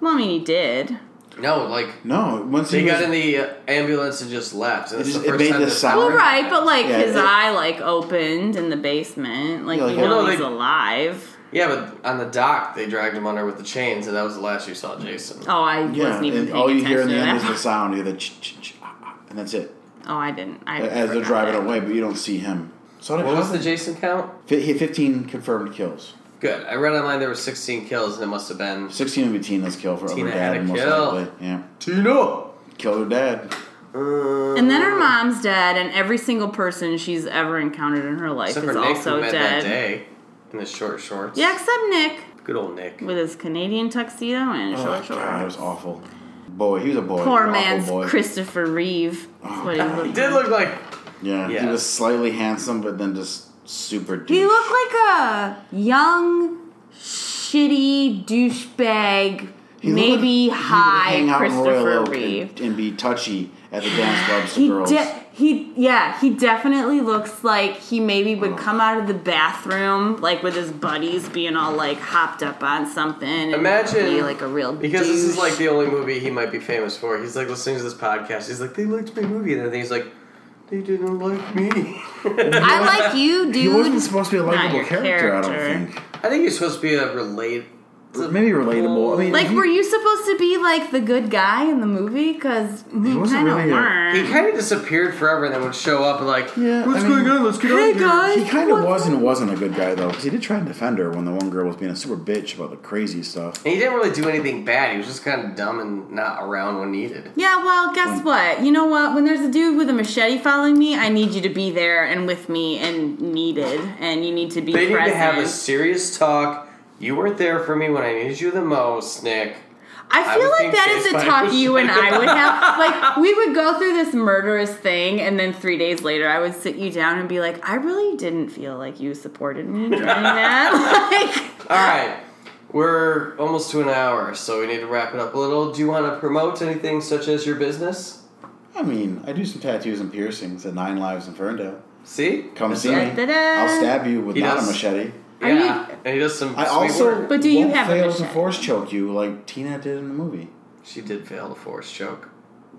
B: Well, I mean, he did.
A: no like.
D: no. Once
A: They
D: he
A: got
D: was-
A: in the uh, ambulance and just left. And
D: It
A: it's
D: just-
A: the
D: it
A: first
D: made
A: time
D: the
A: this-
D: sound.
B: Well, right, but like
D: Yeah,
B: his
D: it-
B: eye like opened in the basement, like
D: Yeah,
B: you
D: like-
B: know
A: Well, no,
B: he's
A: they-
B: alive.
A: Yeah, but on the dock they dragged him under with the chains, and that was the last you saw Jason.
B: Oh, I
D: yeah,
B: wasn't even
D: and
B: paying
D: all you
B: attention
D: hear in
B: to
D: the end
B: that.
D: is the sound, you hear the ch- ch- ch- ah, ah, and that's it.
B: oh, I didn't. I
D: As they're
B: forgot
D: driving
B: that.
D: away, but you don't see him. So
A: What was the Jason count?
D: He had 15 confirmed kills.
A: Good. I read online there were 16 kills, and it must have been
D: 16 would be Tina's kill for
A: Tina
D: her
A: had a
D: dad, most
A: kill.
D: likely. Yeah,
A: Tina.
D: killed her dad.
A: Uh,
B: And then her mom's dead, and every single person she's ever encountered in her life
A: Except
B: is
A: for Nick,
B: also
A: who met
B: dead.
A: that day in the short shorts.
B: Yeah, except Nick.
A: Good old Nick.
B: with his Canadian tuxedo and his
D: Oh,
B: short
D: God, it was
B: shorts.
D: awful. Boy, he was a boy.
B: Poor
D: Awful
B: man's
D: boy. Oh,
B: Christopher Reeve. That's what he
A: He
B: looked
A: did
B: like.
A: look like
D: Yeah, he
A: Yeah.
D: was slightly handsome, but then just super. Douche.
B: He looked like a young, shitty douchebag,
D: He looked like
B: maybe
D: he would hang
B: high
D: out in Royal
B: Christopher
D: Oak and-
B: Reeve.
D: and, be touchy at the dance clubs to
B: He
D: girls.
B: de- he yeah, he definitely looks like he maybe would come out of the bathroom like with his buddies being all like hopped up on something. And
A: Imagine
B: be like a real
A: because this is
B: douche.
A: like the only movie he might be famous for. He's like listening to this podcast. He's like, they liked my movie, and then he's like, they didn't like me.
B: I like you, dude.
D: He wasn't supposed to be a
B: Not
D: likable
B: your
D: character, I
B: character.
D: don't think.
A: I think he's supposed to be a relate.
D: Maybe relatable. I mean,
B: like,
D: he,
B: were you supposed to be like the good guy in the movie? Because we kind
D: wasn't
B: of
D: really a-
A: He
B: weren't.
A: kind of disappeared forever, and then would show up and like,
D: Yeah,
A: what's
D: I
A: going
D: mean-
A: on? Let's get out
B: Hey,
A: of here."
B: guys.
D: He kind of
B: What-
D: was and wasn't a good guy though, because he did try and defend her when the one girl was being a super bitch about the crazy stuff.
A: And he didn't really do anything bad. He was just kind of dumb and not around when needed.
B: Yeah, well, guess what? You know what? When there's a dude with a machete following me, I need you to be there and with me and needed, and you need to be
A: They need
B: present.
A: to have a serious talk. You weren't there for me when I needed you the most, Nick.
B: I
A: I
B: feel
A: would
B: like
A: think
B: that is
A: so,
B: a
A: but I
B: talk
A: was-
B: you and I would have. Like, we would go through this murderous thing, and then three days later, I would sit you down and be like, I really didn't feel like you supported me during that. like,
A: All right, we're almost to an hour, so we need to wrap it up a little. Do you want to promote anything such as your business?
D: I mean, I do some tattoos and piercings at Nine Lives in Ferndale.
A: See,
D: Come
A: That's
D: see
A: it.
D: me.
B: Da-da-da.
D: I'll stab you with
A: He
D: not a
A: does.
D: machete.
B: Are
A: Yeah,
B: you-
A: and he does some.
D: I
A: sweet
D: also
A: work.
B: But do you
D: won't
B: have a
D: fail to
B: machete?
D: force choke you like Tina did in the movie.
A: she did fail to force choke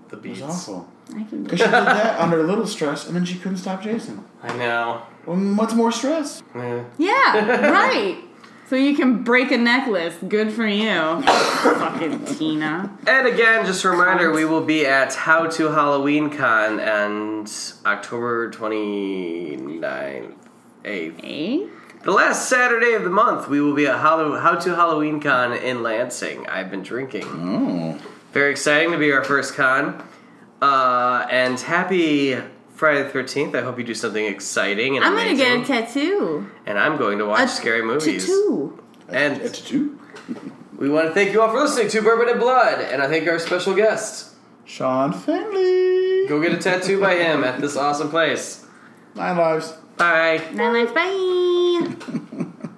A: the
D: It
A: beats.
D: was awful.
B: I can do
D: Because she did that under a little stress, and then she couldn't stop Jason.
A: I know.
D: Well, what's more stress?
A: Eh.
B: Yeah, right. So you can break a necklace. Good for you. Fucking Tina.
A: And again, just a reminder,
B: Cons.
A: we will be at How to Halloween Con and October 29th. 8th.
B: Eh?
A: The last Saturday of the month, we will be at Hallow- How to Halloween Con in Lansing. I've been drinking.
D: Oh.
A: Very exciting to be our first con. Uh, and happy Friday the 13th. I hope you do something exciting and
B: I'm gonna
A: amazing.
B: get a tattoo.
A: and I'm going to watch
B: A
A: scary movies.
B: Tattoo.
A: And-
D: a tattoo?
A: We want to thank you all for listening to Bourbon and Blood, and I thank our special guest.
D: Sean Finley.
A: Go get a tattoo by him at this awesome place.
D: Nine lives.
A: Bye.
B: Nine lives. Bye.